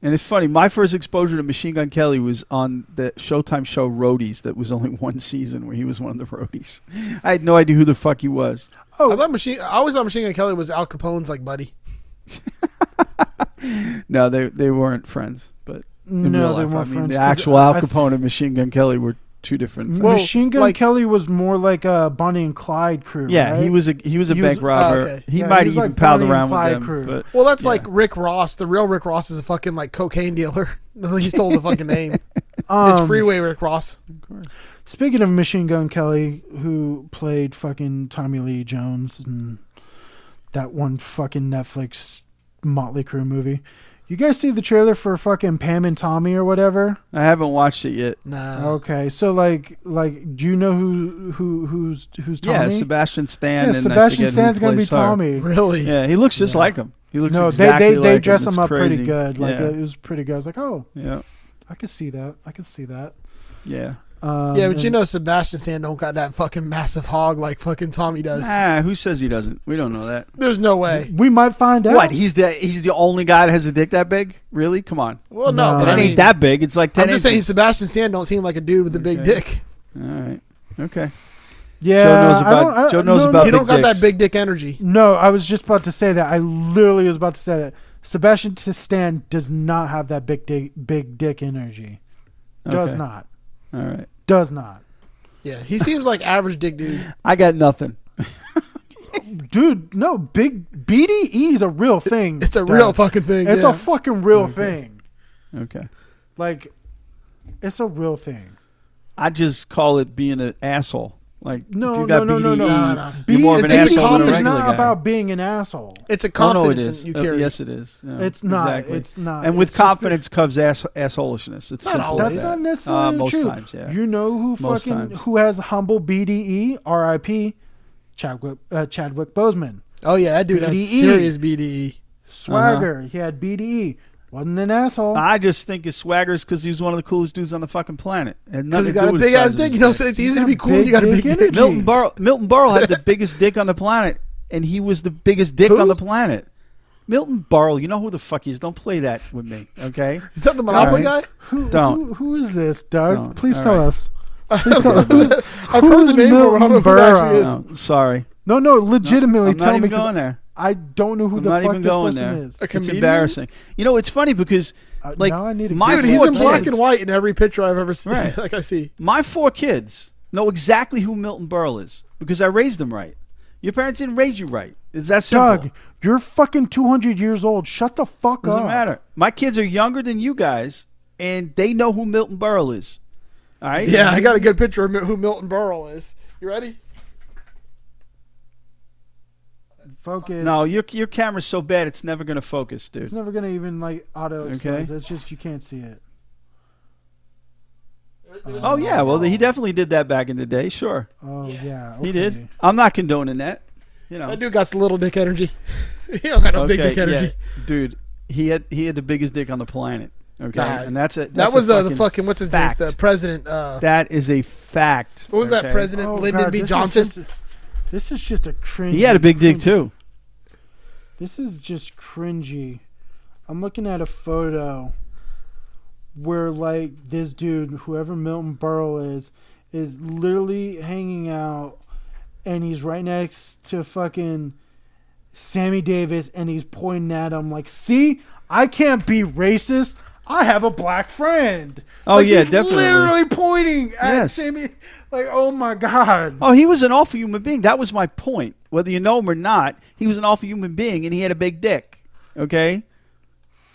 And it's funny. My first exposure to Machine Gun Kelly was on the Showtime show Roadies. That was only (laughs) one season where he was one of the roadies. (laughs) I had no idea who the fuck he was. (laughs) Oh. I thought Machine. I always thought Machine Gun Kelly was Al Capone's like buddy. No, they they weren't friends. But in No, real they weren't life, I mean, friends, the 'cause actual I- Al I th- Capone and Machine Gun Kelly were two different. Well, Machine Gun like- Kelly was more like a Bonnie and Clyde crew. yeah, he right? was a he was a He was- oh, bank robber. okay. He Yeah, he might have was even like palled Bonnie and around with Clyde them. crew. But Well, that's Yeah. like Rick Ross. The real Rick Ross is a fucking like cocaine dealer. (laughs) he stole the fucking name. It's Um, Freeway Rick Ross. Speaking of Machine Gun Kelly, who played fucking Tommy Lee Jones and that one fucking Netflix Motley Crue movie, you guys see the trailer for fucking Pam and Tommy or whatever? I haven't watched it yet. Nah. Okay, so like, like, do you know who who who's who's Tommy? Yeah, Sebastian Stan. Yeah, and I Sebastian forget who Stan's gonna be plays her. Tommy. Really? Yeah, he looks just like him. He looks No, exactly they they, they like dress him. It's up pretty crazy. good. Like yeah, it was pretty good. I was like, oh, yeah, I could see that. I could see that. yeah. Um, Yeah, but you and- know Sebastian Stan don't got that fucking massive hog like fucking Tommy does. Ah, who says he doesn't? We don't know that. There's no way. we might find out. What? He's the he's the only guy that has a dick that big? Really? Come on. Well, no, No. but That I mean, ain't that big. It's like ten. I'm just saying inches. Sebastian Stan don't seem like a dude with a big Okay. dick. All right. Okay. Yeah, Joe knows I about- don't- I- Joe knows no, (laughs) about He don't got dicks. that big dick energy. No, I was just about to say that. I literally was about to say that. Sebastian T- Stan does not have that big dick, big dick energy. Does Okay. not. All right. Does not. Yeah, he seems like average dick (laughs) dude. I got nothing. Dude, no. Big BDE is a real thing. It's a Doug. real fucking thing. It's yeah. a fucking real thing. Okay. Like, it's a real thing. I just call it being an asshole. Like No, if you got no, no, no, BDE, no. No, no. you're more of an BDE it's a asshole than a is regular not guy. about being an asshole. It's Oh, no, a it confidence is. you Uh, carry. yes, it is. Yeah, It's not. Exactly. It's not. And It's with just be- confidence comes ass, assholishness. It's Not simple always. as That's that. not necessarily uh, most true. times, yeah. You know who Most fucking times. who has humble E, BDE? R.I.P. Chadwick uh, Chadwick Boseman. Oh yeah, that dude had BDE. serious E. BDE. Swagger. He had BDE. Wasn't an asshole. Uh-huh. I just think his swagger's because he was one of the coolest dudes on the fucking planet. Because he got a big ass dick, you know. So it's easy to got be cool. when You got a big big dick dick. energy. Milton Burrow, Milton Burrow (laughs) had the biggest dick on the planet, and he was the biggest dick Who? on the planet. Milton Burrow, you know who the fuck he is. Don't play that with me, (laughs) okay? Is that the Monopoly Alright. guy? who, don't. who- who is this, Doug? Don't. Please All tell right. (laughs) us. Please tell us. Who- (laughs) I've heard who's the name, but I don't Milton know who it actually Burrow? is. No, sorry. No, no, legitimately I'm tell not me even 'cause going there. I don't know who I'm the not fuck even this going person there. is. A It's comedian? embarrassing. You know, it's funny because Uh, like now I need to my Google Dude, he's four in black kids- (laughs) and white in every picture I've ever seen. Right. like I see. my four kids. know exactly who Milton Berle is because I raised him right. Your parents didn't raise you right. It's that simple. Doug, you're fucking 200 years old. Shut the fuck Doesn't up. matter. My kids are younger than you guys, and they know who Milton Berle is. All right. Yeah, I got a good picture of mi- who Milton Berle is. You ready? Focus. No, your your camera's so bad it's never gonna focus, It's dude. never gonna even like auto expose. Okay. It's just you can't see it. Oh yeah, well he definitely did that back in the day. Sure, Oh yeah, he okay. did. I'm not condoning that. You know. That dude got some little dick energy. (laughs) he don't got no big dick energy. yeah. dude. He had he had the biggest dick on the planet. Okay, Nah, and that's it. That That's was a uh, the fucking what's his name? fact. The president. Uh, That is a fact. what was that okay? president? Oh, Lyndon God, B. this is Johnson. just a- This is just a cringy. He had a big dick cringy- too. This is just cringy. I'm looking at a photo where like this dude, whoever Milton Berle is, is literally hanging out, and he's right next to fucking Sammy Davis, and he's pointing at him like, "See, I can't be racist." I have a black friend. Oh, Like, yeah, he's definitely. Literally pointing at Yes. Sammy. Like, oh my god. Oh, he was an awful human being. That was my point. Whether you know him or not, he was an awful human being, and he had a big dick. Okay,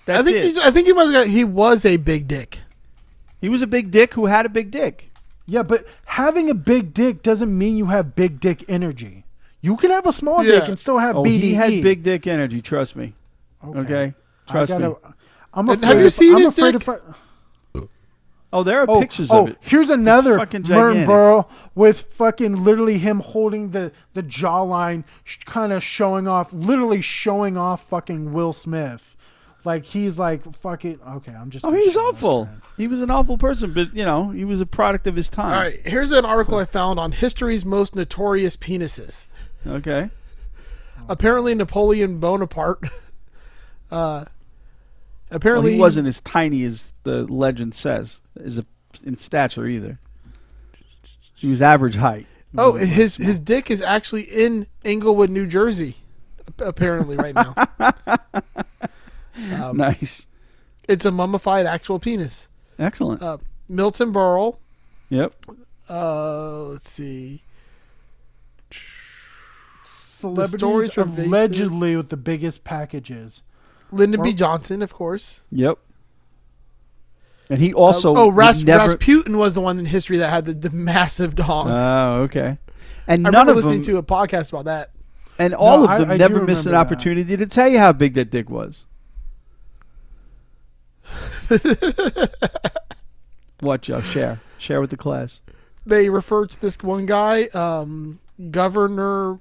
that's I think it. He, I think he must. have got- He was a big dick. he was a big dick who had a big dick. Yeah, but having a big dick doesn't mean you have big dick energy. You can have a small Yeah. dick and still have Oh, BDE. he had big dick energy. Trust me. E. Okay, Okay, trust I gotta, me. I'm And afraid. have you if- seen I'm his afraid if dick? I- Oh, there are oh, pictures oh, of it. here's another fucking Merton gigantic. Burrow with fucking literally him holding the the jawline, sh- kind of showing off, literally showing off fucking Will Smith. Like he's like fucking okay. I'm just. Oh, gonna he was show this awful. man. He was an awful person, but you know, he was a product of his time. All right, here's an article I found on history's most notorious penises. Okay. Apparently, Napoleon Bonaparte. (laughs) uh, Well, apparently, he wasn't as tiny as the legend says, is a, in stature either. He was average height. He Oh, wasn't- his his dick is actually in Englewood, New Jersey, ap- apparently right (laughs) now. Um, nice, it's a mummified actual penis. excellent. Uh, Milton Berle. yep. Uh, let's see. Celebrities stories are evasive. allegedly with the biggest packages. Lyndon B. Or- Johnson, of course. Yep. And he also oh, would Ras- never, Rasputin was the one in history that had the, the massive dong. Oh, okay. And I none remember of listening them, to a podcast about that. and all No, I- of them, I do never missed an remember that. opportunity to tell you how big that dick was. what, Joe? Share, share with the class. They refer to this one guy, um, Governor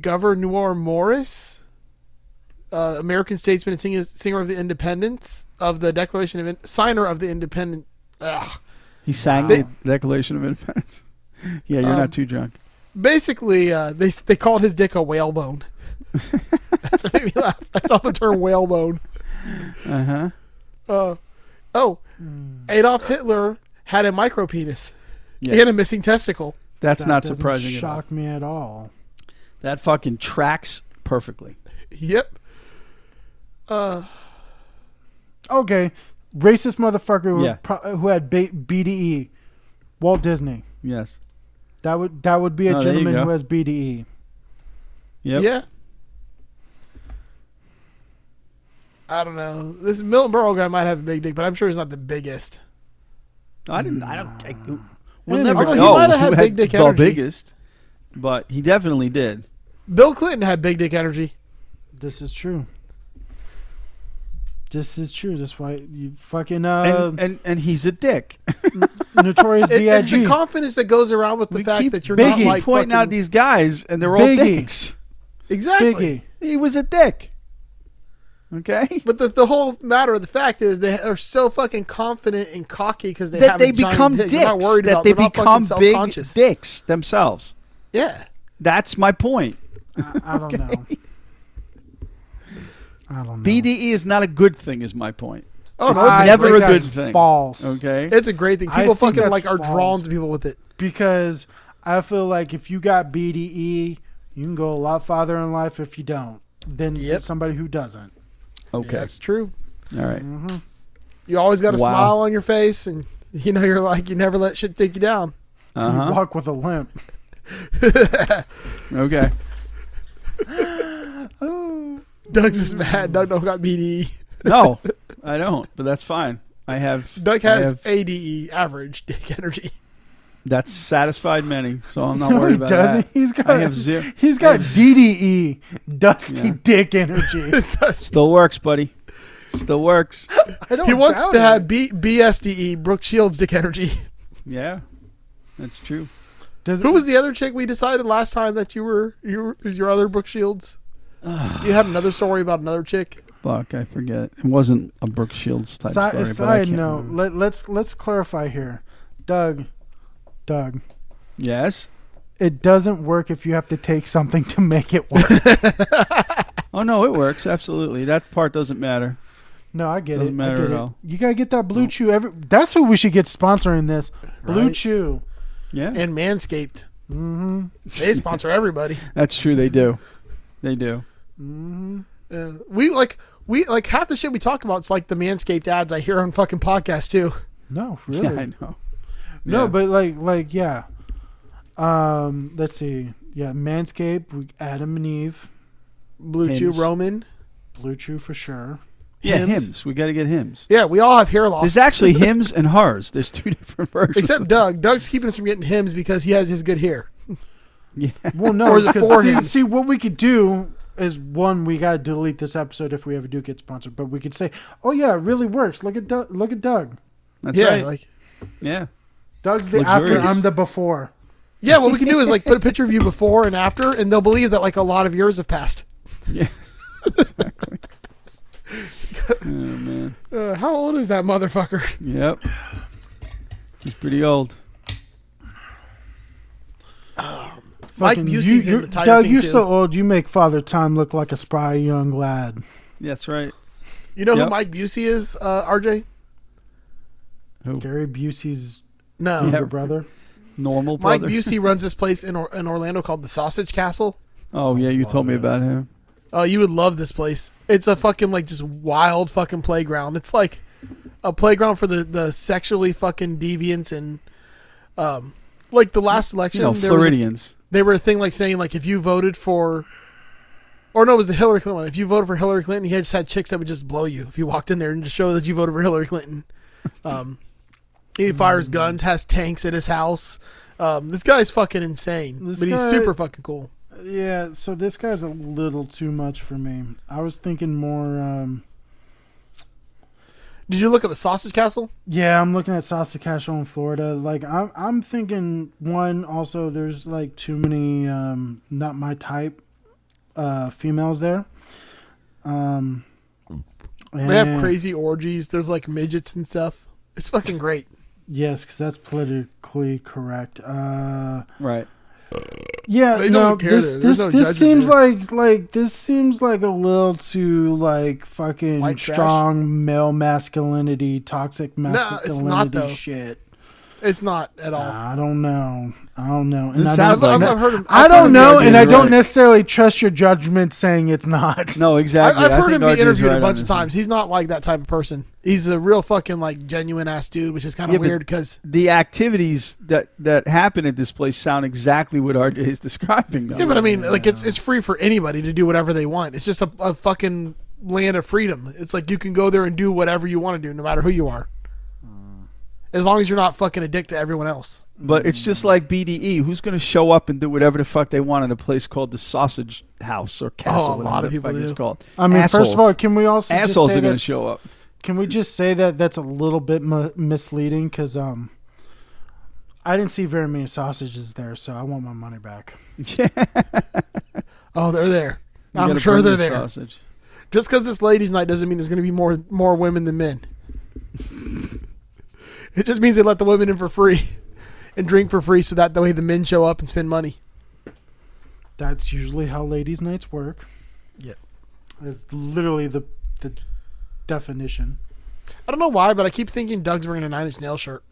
Governor Morris, uh, American statesman and singer, singer of the Independence of the Declaration of In- signer of the Independent. Ugh. He sang the Declaration of Independence. (laughs) yeah, you're Um, not too drunk. Basically, uh, they they called his dick (laughs) a whalebone. That's what made me laugh. I saw the term whalebone. Uh huh. Uh, oh, Adolf Hitler had a micro penis Yes. and a missing testicle. That's That not doesn't surprising at all. Shock me at all. That fucking tracks perfectly. Yep. Uh, Okay, racist motherfucker who, Yeah. pro- who had ba- BDE, Walt Disney. Yes. That would that would be a Oh, there you gentleman go. who has E. BDE. Yep. yeah. I don't know. This Milton Berle guy might have a big dick, but I'm sure he's not the biggest. I didn't. I don't. I, Yeah, we'll never although he know. might have who had big dick the energy. biggest, but he definitely did. Bill Clinton had big dick energy. This is true. This is true. That's why you fucking uh, And and, and he's a dick. notorious It- it's the B.I.G. confidence that goes around with the We fact keep that you're big- not Biggie like pointing out fucking- these guys, and they're all Biggie. dicks. exactly. Biggie. He was a dick. Okay. But the, the whole matter of the fact is they are so fucking confident and cocky because they that have they a giant become dick. dicks. They're not worried that about. they They're not become fucking big self-conscious. dicks themselves. Yeah. That's my point. I, I don't know. I don't know. BDE E is not a good thing. E Is my point. Oh, no, I it's think never a that's good thing. False. Okay. It's a great thing. I People think that's fucking like are false. drawn to people with it. Because I feel like if you got BDE, you can go a lot farther in life if you don't than Yep. somebody who doesn't. okay. That's true. All right. Mm-hmm. You always got a Wow. smile on your face, and you know you're like you never let shit take you down. You Uh huh. walk with a limp. Okay. Doug's just mad. Doug don't got E. BDE. (laughs) No, I don't. But that's fine. I have. Doug I has have- ADE, average dick energy. that's satisfied many, so (laughs) I'm (laughs) not worried he about doesn't. that. He's got. I have zero. He's I got have- DDE, dusty Yeah. dick (laughs) energy. Still works, buddy. Still (laughs) works. I don't He wants doubt to it. have B- BSDE, Brooke Shields dick energy. Yeah, that's true. Does, Who was the other chick we decided last time that you were you were, was your other Brooke Shields? you had another story about another chick. Fuck, I forget. It wasn't a Brooke Shields type side, story, but I side can't note? remember. Let, let's let's clarify here, Doug. Doug, Yes. it doesn't work if you have to take something to make it (laughs) work. Oh no, it works absolutely. That part doesn't matter. No, I get Doesn't it. matter I get at it. all. You gotta get that Blue Chew. Every that's who we should get sponsoring this. Blue Right. Chew. Yeah, and Manscaped. Mm-hmm. They sponsor everybody. that's true. They do. They do. Uh, we like we like half the shit we talk about. It's like the Manscaped ads I hear on fucking podcasts too. No, Yeah, (laughs) I really. know. no, Yeah. but like, like, yeah. Um, let's see. Yeah, Manscaped, we- Adam and Eve, Blue Chew Hymns. Roman. Blue Chew for (laughs) sure. yeah, hymns. hymns. We got to get hymns. Yeah, we all have hair loss. There's actually hymns and hers. There's two (laughs) different versions. (laughs) Except Doug. Doug's keeping us from getting hymns because he has his good hair. yeah, Well, Or no, is it because four see, hands? see, what we could do is one, we gotta delete this episode if we ever do get sponsored, but we could say, oh yeah, it really works. Look at Doug. Look at Doug. (laughs) that's yeah, right. like yeah, Doug's the Luxurious. after. I'm the before. yeah. What we can do is like put a picture of you before and after, and they'll believe that like a lot of years have passed. yeah. (laughs) exactly. oh man. Uh, how old is that motherfucker? Yep. He's pretty old. Mike Fucking- Busey's in you're- the title Doug, thing, you're too. so old. You make Father Time look like a spry young lad. That's right. You know who Yep. Mike Busey is, uh, RJ? Gary Busey's No. younger Yeah. brother. Normal Mike brother. (laughs) Busey runs this place in, or- in Orlando called the Sausage Castle. oh yeah, you told me about him. Oh, you would love this place. It's a fucking like just wild fucking playground. It's like a playground for the the sexually fucking deviants and um like the last election You know, there was a- Floridians. they were a thing like saying like if you voted for or no, it was the Hillary Clinton one. If you voted for Hillary Clinton, he just had chicks that would just blow you if you walked in there and just show that you voted for Hillary Clinton. Um, (laughs) Mm-hmm. he fires guns, has tanks at his house. Um, this guy's fucking insane, This but he's guy- super fucking cool. Yeah, so this guy's a little too much for me. I was thinking more. Um, Did you look up a sausage castle? yeah, I'm looking at Sasa Castle in Florida. Like, I'm, I'm thinking one. Also, there's like too many um, not my type uh, females there. Um, They have and- crazy orgies. There's like midgets and stuff. It's fucking great. Yes, because that's politically correct. Uh, Right. Yeah, They no, don't care this there. There's this no this judgment seems there. like like this seems like a little too like fucking White trash? strong male masculinity, toxic it's masculinity not, though. shit. It's not at all. I don't know. I don't know. And It I sounds don't, I've, I've, like- I've heard. Of, I I've heard don't him know, be- You're and I don't right. necessarily trust your judgment saying it's not. No, I've, exactly. I've I heard think him be Archie's interviewed right a on bunch of this one. times. He's not like that type of person. He's a real fucking like genuine ass dude, which is kind of Yeah, 'cause but- weird because The activities that that happen at this place sound exactly what RJ is (laughs) describing. Though. Yeah, but I mean, like it's it's free for anybody to do whatever they want. It's just a, a fucking land of freedom. It's like you can go there and do whatever you want to do, no matter who you are, Hmm. as long as you're not fucking a dick to everyone else. But it's just like BDE. Who's going to show up and do whatever the fuck they want at a place called the Sausage House or Castle? Oh, a whatever lot of the people fuck It's do. called. (laughs) I mean, assholes. first of all, can we also just assholes say are going that's- to show up. (laughs) (laughs) Can we just say that that's a little bit m- misleading? Because um, I didn't see very many sausages there, so I want my money back. Oh, they're there. You I'm gotta sure bring they're the there. Sausage. Just because it's ladies' night doesn't mean there's going to be more more women than men. (laughs) it just means they let the women in for free (laughs) and drink for free, so that the way the men show up and spend money. That's usually how ladies' nights work. Yep. That's literally the the definition. I don't know why, but I keep thinking Doug's wearing a Nine Inch Nail shirt.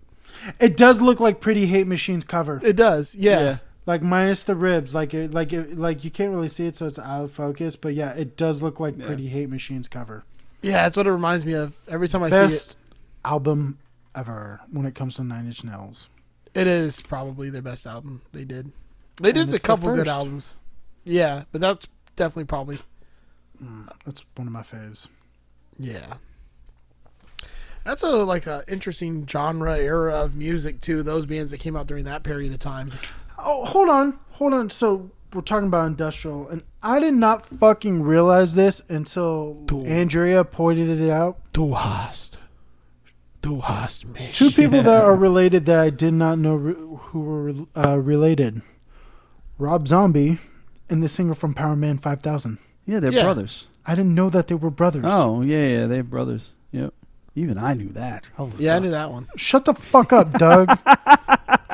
It does look like Pretty Hate Machine's cover, It does, yeah. like minus the ribs, like it, like it, like you can't really see it, so it's out of focus. But yeah, it does look like Yeah. Pretty Hate Machine's cover. Yeah, that's what it reminds me of every time I see it. Best album ever when it comes to Nine Inch Nails. It is probably their best album they did. They did And a it's the couple good first. albums. Yeah, but that's definitely probably That's one of my faves. yeah. That's a like a interesting genre era of music too. Those bands that came out during that period of time. Oh, hold on, hold on. So we're talking about industrial, and I did not fucking realize this until Andrea pointed it out. Du hast. Du hast mich. Two people that are related that I did not know re- who were uh, related: Rob Zombie and the singer from Power Man Five Thousand. Yeah, they're Yeah. brothers. I didn't know that they were brothers. Oh, yeah, yeah, they're brothers. Yep. Even I knew that. Holy Yeah, I fuck. knew that one. Shut the fuck up, (laughs) Doug.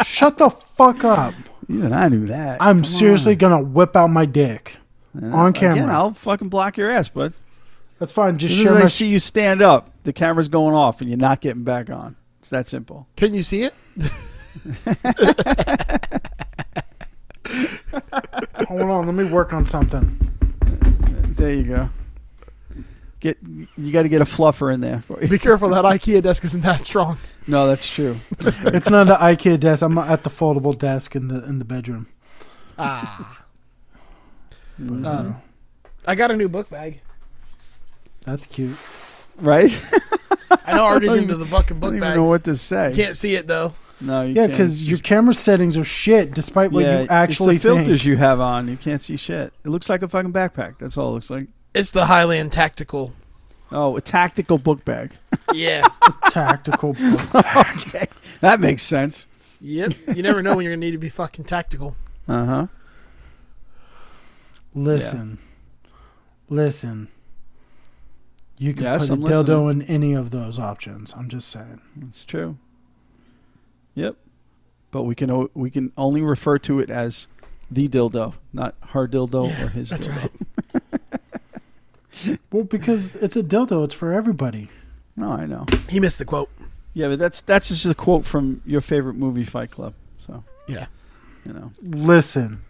Shut the fuck up. Even I knew that. I'm Come seriously gonna whip out my dick. on, And on I- again, camera. I'll fucking block your ass, bud. That's fine. Just As soon share as my. I see you stand up, the camera's going off and you're not getting back on. It's that simple. Can you see it? (laughs) hold on. Let me work on (laughs) something. There you go. Get you got to get a fluffer in there for you. Be careful that IKEA desk isn't that strong. No, that's true. It's not the IKEA desk. I'm at the foldable desk in the in the bedroom. Ah. Mm-hmm. Um, I got a new book bag. That's cute. Right? (laughs) I know Artie's into the fucking I don't book even bags. know what to say. Can't see it though. No, you Yeah, can't. It's because your just- camera settings are shit, despite what yeah, you actually it's the filters think. you have on. You can't see shit. It looks like a fucking backpack. That's all it looks like. It's the Highland Tactical. Oh, a tactical book bag. Yeah. (laughs) Tactical. (laughs) okay, that makes sense. (laughs) yep. You never know when you're gonna need to be fucking tactical. Uh huh. listen, listen. You can Yes, put I'm a dildo in any of those options. I'm just saying. That's true. Yep. But we can o- we can only refer to it as the dildo, not her dildo or his That's dildo. right. Well, because it's a dildo. It's for everybody. No, I know. He missed the quote. Yeah, but that's that's just a quote from your favorite movie, Fight Club. So Yeah. you know. Listen,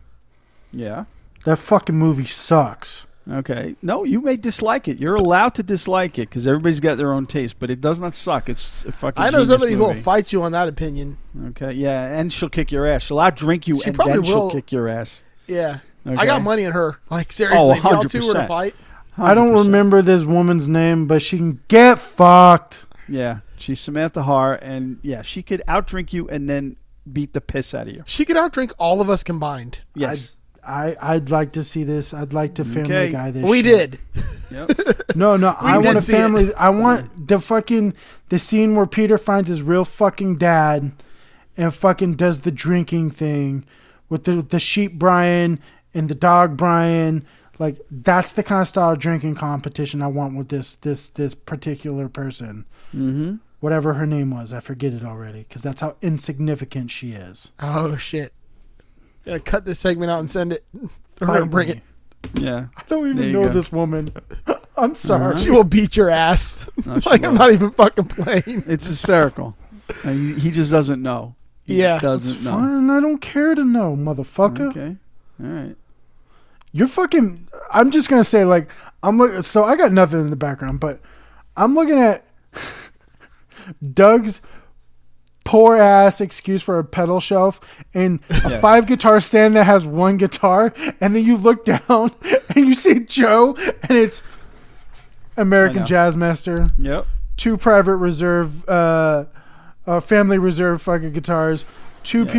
Yeah. that fucking movie sucks. Okay. No, you may dislike it. You're allowed to dislike it because everybody's got their own taste, but it does not suck. It's a fucking. I know genius somebody who will movie. fight you on that opinion. Okay. Yeah, and she'll kick your ass. She'll outdrink you, She and probably then she'll will. kick your ass. Yeah. Okay. I got money on her. Like seriously, Oh, if y'all two were to 100%. fight. I don't 100%. remember this woman's name, but she can get fucked. Yeah, she's Samantha Haar, and yeah, she could outdrink you and then beat the piss out of you. She could outdrink all of us combined. Yes. I I'd like to see this. I'd like to Family Okay. Guy this. We shit. did. No, no. I did want a see it. family. I want the fucking the scene where Peter finds his real fucking dad, and fucking does the drinking thing with the the sheep Brian and the dog Brian. Like that's the kind of style of drinking competition I want with this this this particular person. mm-hmm. Whatever her name was, I forget it already because that's how insignificant she is. Oh shit. Gotta cut this segment out and send it. (laughs) Or Fight bring me. it. Yeah. I don't There even you know go. this woman. (laughs) I'm sorry. Uh-huh. She will beat your ass. (laughs) (laughs) No, she like I'm will. not even fucking playing. It's hysterical. Uh, he, he just doesn't know. He Yeah. Doesn't know. Fine, I don't care to know, motherfucker. Okay. All right. You're fucking. I'm just gonna say like I'm look. So I got nothing in the background, but I'm looking at (laughs) Doug's poor ass excuse for a pedal shelf and a Yes. five guitar stand that has one guitar, and then you look (laughs) down and you see Joe, and it's I American know. Jazz Master, Yep. two private reserve, uh, uh family reserve fucking guitars, two Yes.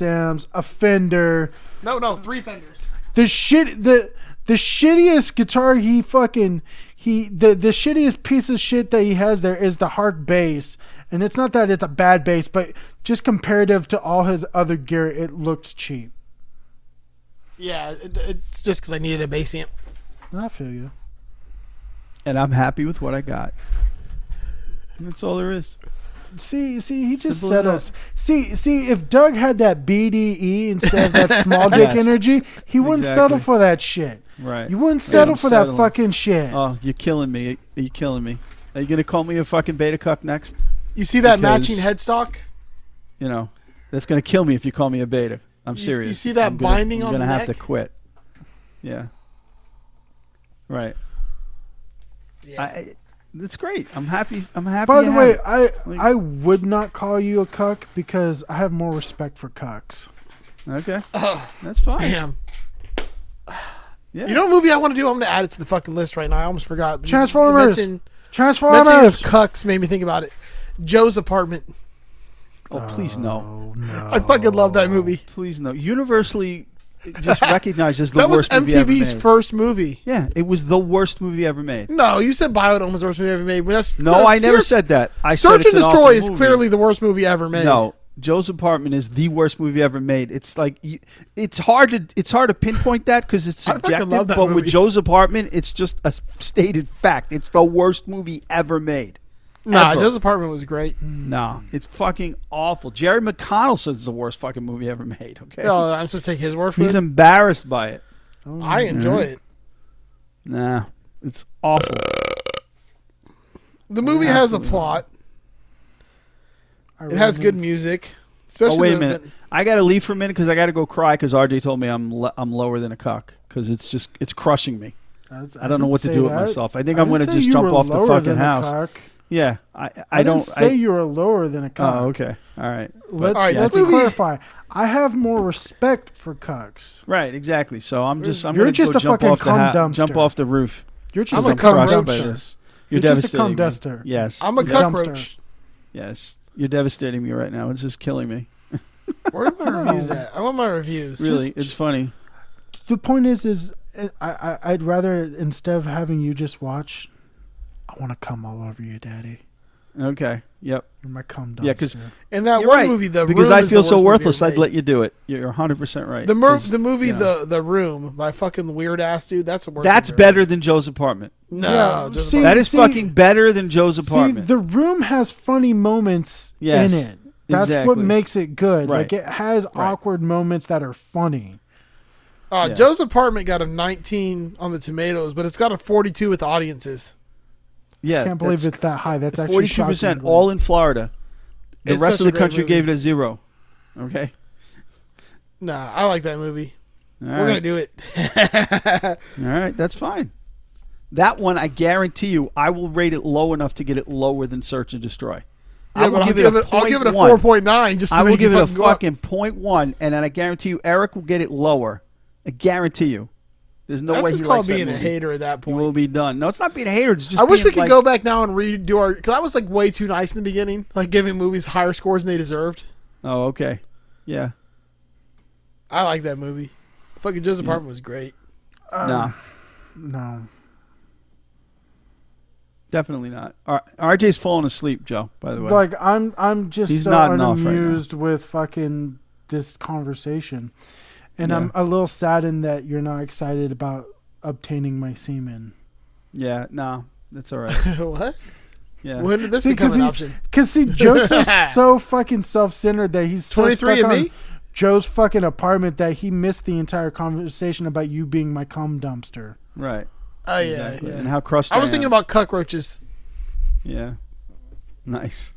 PRSMs, a Fender (laughs) No, no, three fingers. the shit the the shittiest guitar he fucking he the the shittiest piece of shit that he has there is the hark bass and it's not that it's a bad bass but just comparative to all his other gear it looks cheap Yeah, it, it's just because I needed a bass amp. i feel you And I'm happy with what I got. That's all there is. see see he just Simple as settles see see if doug had that bde instead of that (laughs) small dick Yes. energy he wouldn't Exactly. settle for that shit Right. you wouldn't Yeah, settle I'm for that settling. fucking shit Oh, you're killing me. You're killing me. Are you gonna call me a fucking beta cuck next? You see that Because- matching (clears throat) headstock? You know, that's gonna kill me if you call me a beta. I'm You s- you serious. see that I'm gonna, binding I'm on gonna the have neck? to quit. Yeah. Right. Yeah. I It's great. I'm happy. I'm happy. By you the have way, it. I Like- I would not call you a cuck because I have more respect for cucks. okay, that's fine. (clears throat) Damn. Yeah. You know what movie I want to do? I'm going to add it to the fucking list right now. I almost forgot. Transformers. Mention, Transformers. cucks made me think about it. Joe's apartment. oh, please no, I Oh. fucking love that movie. please no. (laughs) Universally, it just recognizes the that was worst movie ever MTV's made. first movie. yeah, it was the worst movie ever made. No, you said Biodome was the worst movie ever made. but That's, No, that's I never Mm, Search- said that. I said Search it's and an awful Destroy is movie. clearly the worst movie ever made. No, Joe's Apartment is the worst movie ever made. It's like you- it's hard to it's hard to pinpoint that because it's (laughs) I fucking subjective. love that but with movie. Joe's Apartment, it's just a stated fact. It's the worst movie ever made. nah, ever. Joe's apartment was great. No, it's fucking awful. Jerry McConnell says it's the worst fucking movie ever made. (laughs) Okay, No, Oh, I'm supposed to take his word for he's Mm-hmm. it. embarrassed by it. I enjoy it. Nah, it's awful. The movie has a plot. I It has really- good music. Especially Oh wait a the- minute, the- I gotta leave for a minute because I gotta go cry because RJ told me I'm le- I'm lower than a cock because it's just it's crushing me. That's- I don't know didn't what to say do with that. myself. I think I I'm didn't gonna say just you jump were off the lower fucking than a house. cuck. Yeah, I I, I don't didn't say I, you were lower than a cuck. Oh, okay. All right. Uh, Let's, All right, let's this movie- clarify. I have more respect for cucks. Right, exactly. So I'm just I'm You're gonna just go a jump fucking off the cum ha- dumpster. jump off the roof. You're just I'm a a cum cum crushed by dumpster. roacher. this. You're You're, just a devastating cum me. duckster. Yes. I'm a The dumpster. cockroach. yes. You're devastating me right now. It's just killing me. Where are my (laughs) reviews at? I want my reviews. Really, it's funny. The point is, is uh, I, I I'd rather instead of having you just watch, I want to come all over you, Daddy. Okay. Yep. You're my cum dumpster. Yeah, 'cause- And that You're one right, movie, the because Room I is feel the so worst movie worthless, ever I'd made. let you do it. You're 100 percent right. the mer- 'cause the movie, you know. the the room by fucking weird ass dude. That's a worst. that's movie ever better than Joe's apartment. made. No, Yeah, just see- about- That is see- fucking better than Joe's see, apartment. the room has funny moments Yes, in it. That's what exactly. makes it good. Right. Like it has Right. awkward moments that are funny. uh, yeah. Joe's apartment got a 19 on the tomatoes, but it's got a 42 with audiences. yeah, I can't believe that's it's that high. That's actually Forty-two percent, all in Florida. The It's rest of such a the great country movie. gave it a zero. Okay. Nah, I like that movie. All We're gonna right. do it. All right. That's fine. That one, I guarantee you, I will rate it low enough to get it lower than Search and Destroy. I Yeah, will (laughs) but I'll give, give it it. a I'll give it a 0.1. 4.9. Just to I will make give you it a go up. fucking point one, and then I guarantee you, Eric will get it lower. I guarantee you. There's no That's way just he called likes that being a movie. hater at that You point. will be done. No, it's not being a hater. It's just. I wish being we could like- go back now and redo our because I was like way too nice in the beginning, like giving movies higher scores than they deserved. Oh, okay. Yeah. I like that movie. Fucking Mm. Joe's apartment was great. (laughs) Um. no, Um, No, definitely not. R- RJ's falling asleep, Joe. By the way. like I'm I'm just He's so nodding off right now. unamused with fucking this conversation, and I'm a little saddened that you're not excited about obtaining my semen. yeah. No, that's all (laughs) right. what? Yeah. When did this See, become 'cause an he- option? Cause see, Joe's (laughs) is so fucking self-centered that he's so 23 stuck and on me? Joe's fucking apartment that he missed the entire conversation about you being my cum dumpster. Right. Oh yeah, Exactly. yeah. And how crushed I was am. thinking about cockroaches. Yeah. Nice.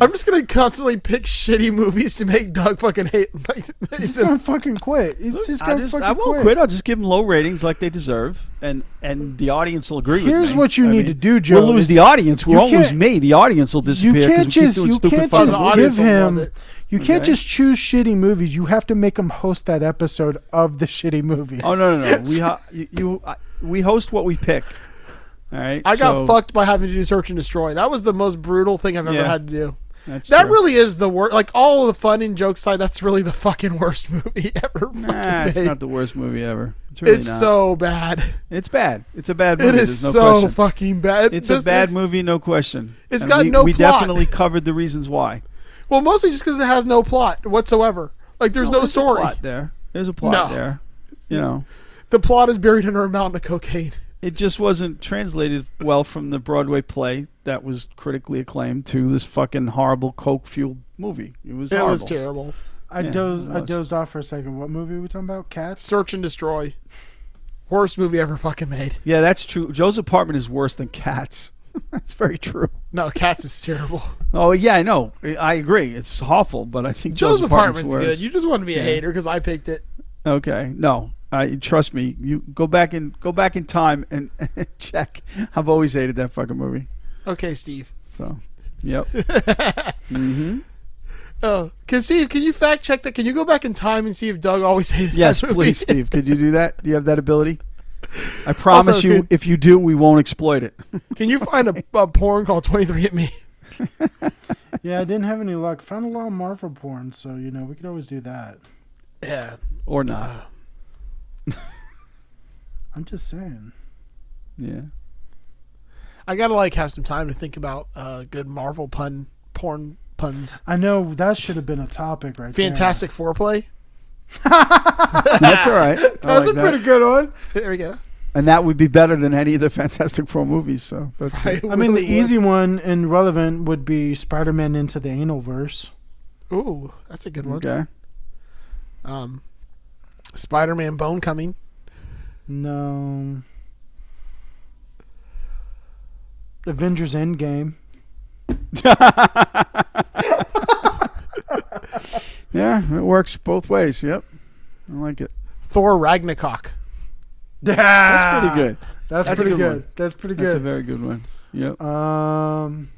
I'm just gonna constantly pick shitty movies to make Doug fucking hate. (laughs) Like, He's gonna fucking quit. He's just I, gonna just, fucking I won't quit. I'll just give them low ratings like they deserve, and and the audience will agree. with Here's me. what you I need mean, to do, Joe. We'll lose is the audience. We you won't lose can't- me. The audience will disappear. You 'cause can't we keep just doing you stupid can't fucking just The give audience will love him. it. You can't Okay. just choose shitty movies. You have to make him host that episode of the shitty movie. (laughs) Oh no no no! We ho- you, you I, we host what we pick. All right. I got so- fucked by having to do search and destroy. That was the most brutal thing I've ever Yeah. had to do. That's That true. really is the worst. Like all the fun and jokes side, that's really the fucking worst (laughs) movie ever. Fucking Nah, it's made. not the worst movie ever. It's really It's not. so bad. it's bad. It's a bad movie. (laughs) It There's is no so question. fucking bad. It's This a bad is- movie, no question. It's And got we, no We plot. definitely covered the reasons why. Well, mostly just because it has no plot whatsoever. Like there's no, there's A story. plot there. There's a plot No. there. You know, The plot is buried under a mountain of cocaine. (laughs) it just wasn't translated well from the Broadway play that was critically acclaimed to this fucking horrible coke fueled movie. It was It horrible. was terrible. I Yeah, dozed. it I was. dozed off for a second. What movie are we talking about? Cats. Search and destroy. Worst movie ever fucking made. Yeah, that's true. Joe's apartment is worse than Cats. that's very true. No, Cats (laughs) is terrible. Oh yeah, I know. I- I agree. It's awful, but I think Joe's Joe's, apartment's apartment's good. worse. You just want to be a hater because I picked it. Okay, no, I trust me. You go back and go back in time and (laughs) check. I've always hated that fucking movie. Okay, Steve. So, yep. Mm-hmm. Oh, can Steve? Can you fact check that? Can you go back in time and see if Doug always (laughs) (laughs) hated Yes, that movie? please, Steve. Could you do that? Do you have that ability? I promise you, could- if you do, we won't exploit it. Can you find a, a porn called Twenty Three at Me? Yeah, I didn't have any luck. Found a lot of Marvel porn, so you know we could always do that. Yeah. Or not. I'm just saying. Yeah. I gotta like have some time to think about uh, good Marvel pun porn puns. I know that should have been a topic right Fantastic foreplay. (laughs) That's (laughs) all right. there. That's a pretty good one. There we go. And that would be better than any of the (laughs) Fantastic Four movies. So that's good. I mean, the easy one and relevant would be Spider-Man into the anal verse. Ooh, that's a good one. Okay. Um, Spider-Man Bone Coming. No. Avengers Endgame. (laughs) Yeah, it works both ways. Yep. I like it. Thor Ragnarok. (laughs) (laughs) That's pretty good. That's, That's a pretty good good. one. That's Ah, pretty That's a good. very good one. Yep. um,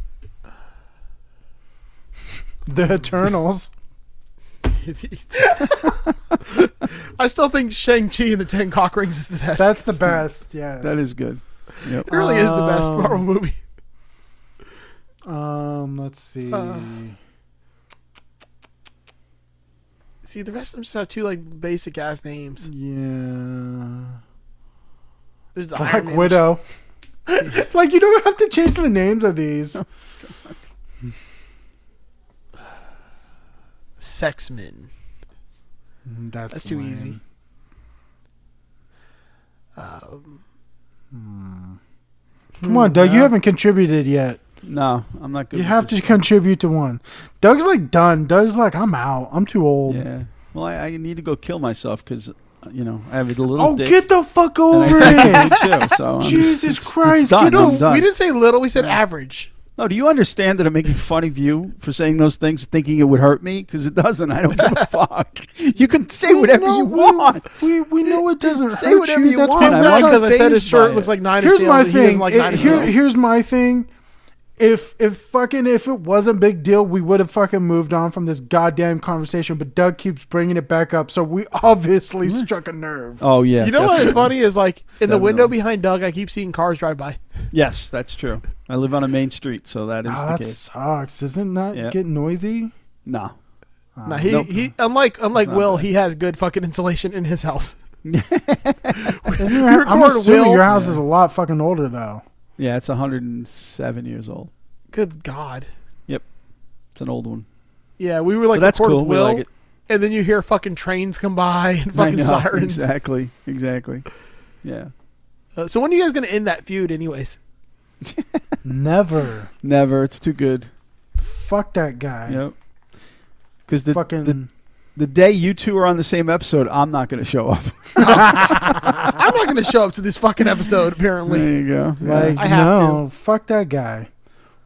the (laughs) Eternals. I still think Shang Chi and the Ten Cock Rings is the best. That's the best. Yes. That is good. Yep. it really is the best Um, Marvel movie. Um, let's see. Uh, See, the rest of them just have two like basic ass names. yeah. There's Iron Black Man, Widow. (laughs) like you don't have to change the names of (laughs) these. Sex Men. That's, That's too lame. easy. Come on, Doug. You no. haven't contributed yet. No, I'm not good. You with have this. to contribute to one. Doug's like done. Doug's like I'm out. I'm too old. Yeah. Well, I, I need to go kill myself because you know I have a little Oh, dick. get the fuck and I over take a it. little chill, so I'm just- Jesus it's- it's Christ, done, get I'm over- done. We didn't say little. We said average. No, do you understand that I'm making fun of you for saying those things, thinking it would hurt me? Because it doesn't. I don't give (laughs) a fuck. You can say whatever Oh, No, you we- want. We, we know it doesn't Say hurt whatever you. you That's want. why He's I'm mad not because I said his fazed by shirt it. looks like nine here's my and he thing. doesn't like It- nine here, here's my thing. If if fucking if it wasn't big deal, we would have fucking moved on from this goddamn conversation. But Doug keeps bringing it back up, so we (laughs) obviously struck a nerve. Oh yeah. You know what is definitely. funny is like in the Definitely. window behind Doug, I keep seeing cars drive by. Yes, that's true. I live on a main street, so that is Ah, the that case. sucks. Isn't that Yeah. get (laughs) noisy? No. Now he, Uh, nope. he unlike unlike not Will, he has good fucking insulation in his house. (laughs) Isn't your, I'm record assuming will- your house is a lot fucking older (laughs) though. Yeah, it's 107 years old. Good God. It's an old one. Yeah, we were like But that's recorded cool. We with Will, (laughs) like it. and then you hear fucking trains come by and I fucking know, sirens. Exactly. Exactly. Yeah. Uh, so when are you guys gonna end that feud, anyways? Never. Never. It's too good. Fuck that guy. Yep. Because the, Fucking. the the day you two are on the same episode, I'm not going to show up. I'm not gonna show up to this fucking episode. (laughs) Apparently, there you go. Yeah. Like I have no, fuck that guy.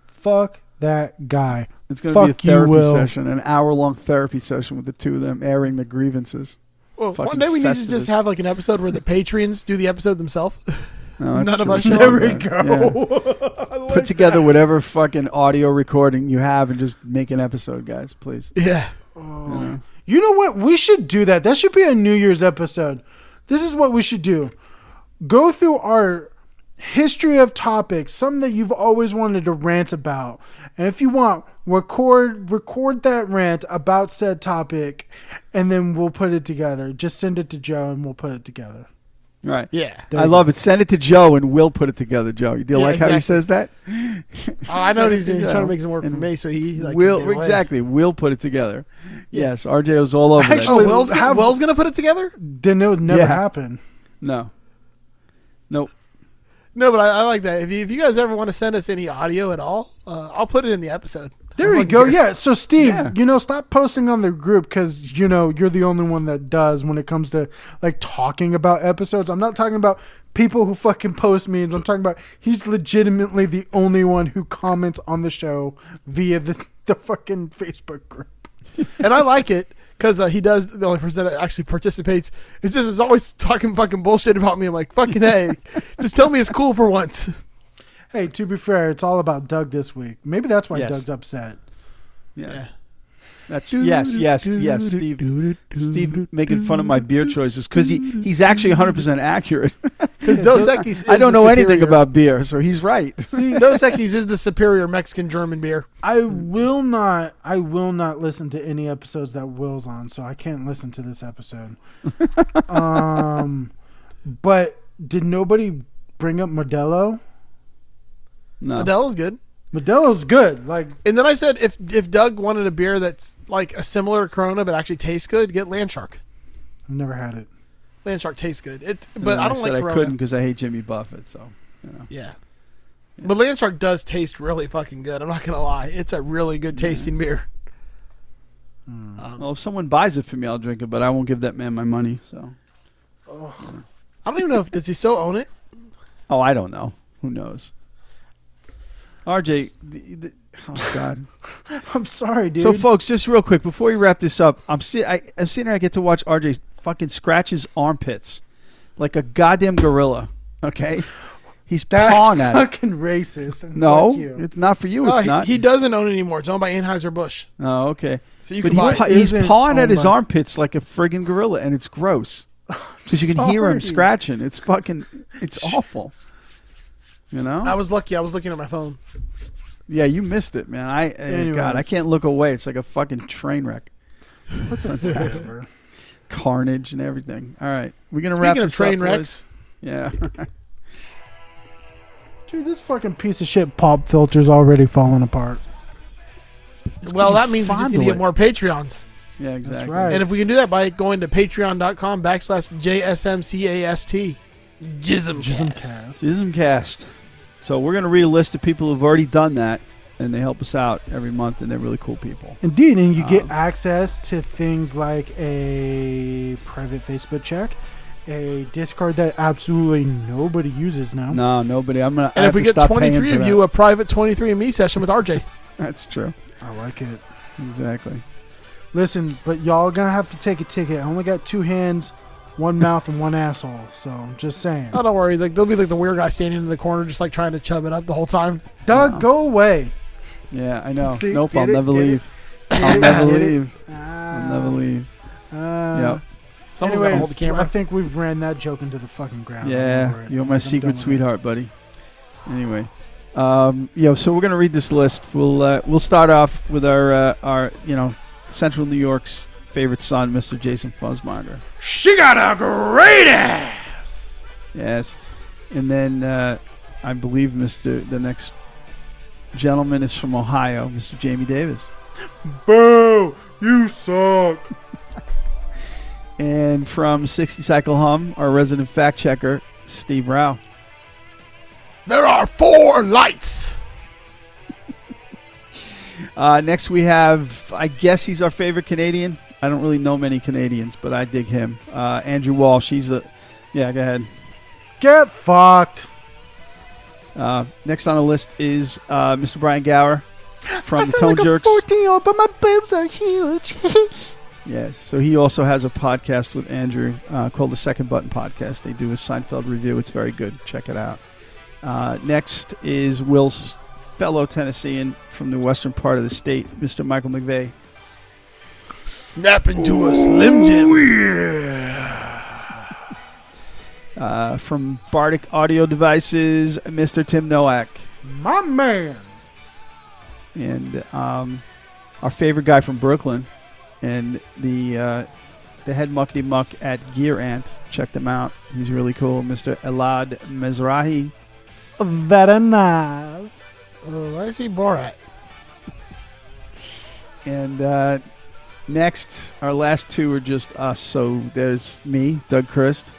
Fuck that guy. it's going to be a fuck you, therapy Will. session, an hour long therapy session with the two of them airing the grievances. well, Fucking one day we need to Festivus. just have like an episode where the Patreons do the episode themselves. (laughs) No, that's None of true. (laughs) us show There we Yeah. go. (laughs) Yeah. Put together whatever fucking audio recording you have and just make an episode, guys, please. yeah, You know what? We should do that. That should be a New Year's episode. This is what we should do go through our history of topics, something that you've always wanted to rant about. And if you want, record record that rant about said topic and then we'll put it together. Just send it to Joe and we'll put it together. Right. yeah. I love it. Send it to Joe and we'll put it together, Joe. You do Yeah, like how exactly. he says that? Oh, I know Send it what he's doing. to He's trying Joe. to make some work for And me, so he like we'll can get away. exactly. We'll put it together. Yes, RJ was all over Actually- that. Oh, Will's, Have- Will's gonna put it together? Then it would never Yeah. happen. No. Nope. No, but I, I like that. If you, if you guys ever want to send us any audio at all, uh, I'll put it in the episode. I There you wouldn't go. care. Yeah. So Steve, Yeah. you know, stop posting on the group because you know you're the only one that does when it comes to like talking about episodes. I'm not talking about people who fucking post memes. I'm talking about he's legitimately the only one who (laughs) comments on the show via the the fucking Facebook group. and I like it because uh, he does the only person that actually participates. It's just is always talking fucking bullshit about me. I'm like fucking hey, just tell me it's cool for once. Hey, to be fair, it's all about Doug this week. Maybe that's why Yes. Doug's upset. Yes. That's yes, yes, yes, Steve. Steve making fun of my beer choices because he, he's actually 100% accurate. Because (laughs) Dos Equis, is I don't the know anything superior- about beer, so he's right. (laughs) Dos Equis is the superior Mexican German beer. I will not. I will not listen to any episodes that Will's on, so I can't listen to this (laughs) episode. um, but did nobody bring up Modelo? No. Modelo's good. Modelo's good. Like And then I said, if if Doug wanted a beer that's like a similar Corona but actually tastes good, get Landshark. I've never had it. (laughs) Landshark tastes good. It, And but then I don't said like I Corona. couldn't because I hate Jimmy Buffett. So Yeah. But Landshark does taste really fucking good. I'm not gonna lie, it's a really good tasting beer. Um, well, if someone buys it for me, I'll drink it, but I won't give that man my money. So I don't even know if does he still own it. oh, I don't know. Who knows? RJ, the, the, oh (laughs) God. I'm sorry, dude. So, folks, just real quick before we wrap this up, I'm si- I, I'm sitting here. I get to watch RJ fucking scratch his armpits like a goddamn gorilla. (gasps) Okay, he's that's pawing at it. fucking racist. and No, fuck you. it's not for you. Oh, No, it's Uh, he, not. he doesn't own it anymore. It's owned by Anheuser Busch. oh, okay. So you But can buy. he, it. Oh pa- he's isn't pawing at owned his by- armpits like a friggin' gorilla, and it's (laughs) gross because you can hear him Sorry. scratching. It's fucking. (laughs) It's awful. You know. I was lucky. I was looking at my phone. Yeah, you missed it, man. I eh, God, I Anyways. can't look away. It's like a fucking train wreck, Whatever. carnage and everything. All right, we're gonna wrap Speaking of this up, train boys. wrecks, (laughs) Yeah. Dude, this fucking piece of shit pop filter's already falling apart. well, that means we just need to fondle get it. more Patreons. Yeah, exactly. right. And if we can do that by going to patreon.com backslash JSMCAST. Jism. Jismcast. Sismcast. So we're gonna read a list of people who've already done that, and they help us out every month, and they're really cool people. Indeed, and you get Um, access to things like a private Facebook check, a Discord that absolutely nobody uses now. No, nobody. I'm gonna. I And if have we to get stop paying 23 for of that. you, a private 23andMe session with RJ. that's true. I like it. Exactly. Listen, but y'all gonna have to take a ticket. I only got two hands, (laughs) one mouth, and one asshole. So I'm just saying. Oh, don't worry. Like they'll be like the weird guy standing in the corner, just like trying to chub it up the whole time. Doug, Wow. go away. Yeah, I know. See, nope. get I'll it, never get it. leave. I'll never Get it? leave. Ah, I'll never leave. Uh, Yep. anyways, Someone's got to hold the I camera. think we've ran that joke into the fucking ground. I'm over Yeah, it. you're I'm my done secret with it. sweetheart, buddy. Anyway, um, yo, so we're gonna read this list. We'll uh, we'll start off with our uh, our you know Central New York's favorite son, Mr. Jason Fuzzmonger. She got a great ass. Yes, and then uh, I believe Mr. the next gentleman is from Ohio, Mr. Jamie Davis, Boo! You suck. and from 60 Cycle Hum, our resident fact checker, Steve Rao. There are four lights. Uh, next, we have, I guess he's our favorite Canadian. I don't really know many Canadians, but I dig him. Uh, Andrew Walsh. He's the. Yeah, go ahead. Get fucked. Uh, next on the list is uh, Mr. Brian Gower from the sound Tone like a Jerks. 14 year old, but my boobs are huge. Yes. So he also has a podcast with Andrew uh, called the Second Button Podcast. They do a Seinfeld review. It's very good. Check it out. Uh, next is Will's fellow Tennessean from the western part of the state, Mr. Michael McVeigh. Snap into a Slim Jim. Uh, from Bardic Audio Devices, Mr. Tim Nowak. my man. and um, our favorite guy from Brooklyn, and the uh, the head muckety muck at Gear Ant. Check them out. He's really cool, Mr. Elad Mizrahi. Very nice. Oh, I see Borat. And uh, next, our last two are just us. So there's me, Doug Christ,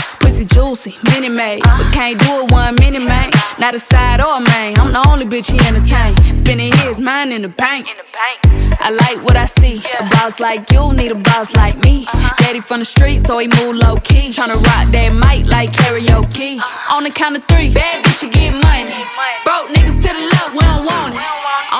Pussy juicy, mini made, but can't do it one minute, man. Not a side or a main. I'm the only bitch he entertain. Spinning his mind in the bank. I like what I see. A boss like you need a boss like me. Daddy from the street, so he move low key. Tryna rock that mic like karaoke. On the count of three, bad bitch, you Uh-huh. get money. Broke niggas to the left, we don't want it. Uh-huh.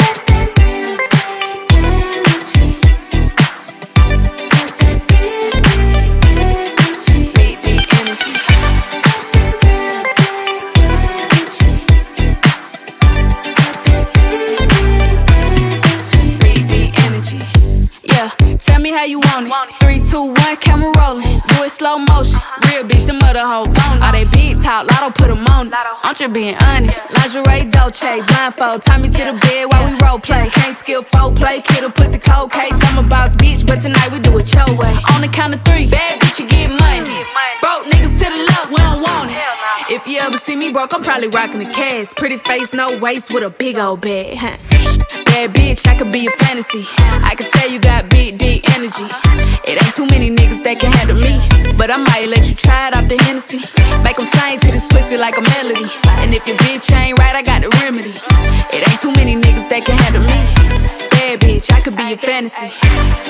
Got that real big energy. Got that big big energy. Big D energy. Got that real big energy. Got that big big energy. Big D energy. Yeah, tell me how you want it. Three, two, one, camera rolling. Do it slow motion. Real bitch, the mother hoe bone. All they big talk, lotto put 'em on it. I'm just being honest. Lingerie, Dolce, blindfold. Tie me to the bed while we role play. Can't skill four play, kid a pussy cold case. I'm a boss bitch, but tonight we do it your way. On the count of three, bad bitch, you get money. Broke niggas to the left, we don't want it. If you ever see me broke, I'm probably rocking a cast. Pretty face, no waist, with a big old bag. huh? Bad bitch, I could be a fantasy. I could tell you got big D energy. It ain't too many niggas that can handle me. But I might let you try it off the Hennessy. Make 'em sing to this pussy like a melody. And if your bitch ain't right, I got the remedy. It ain't too many niggas that can handle me. Bad bitch, I could be a fantasy.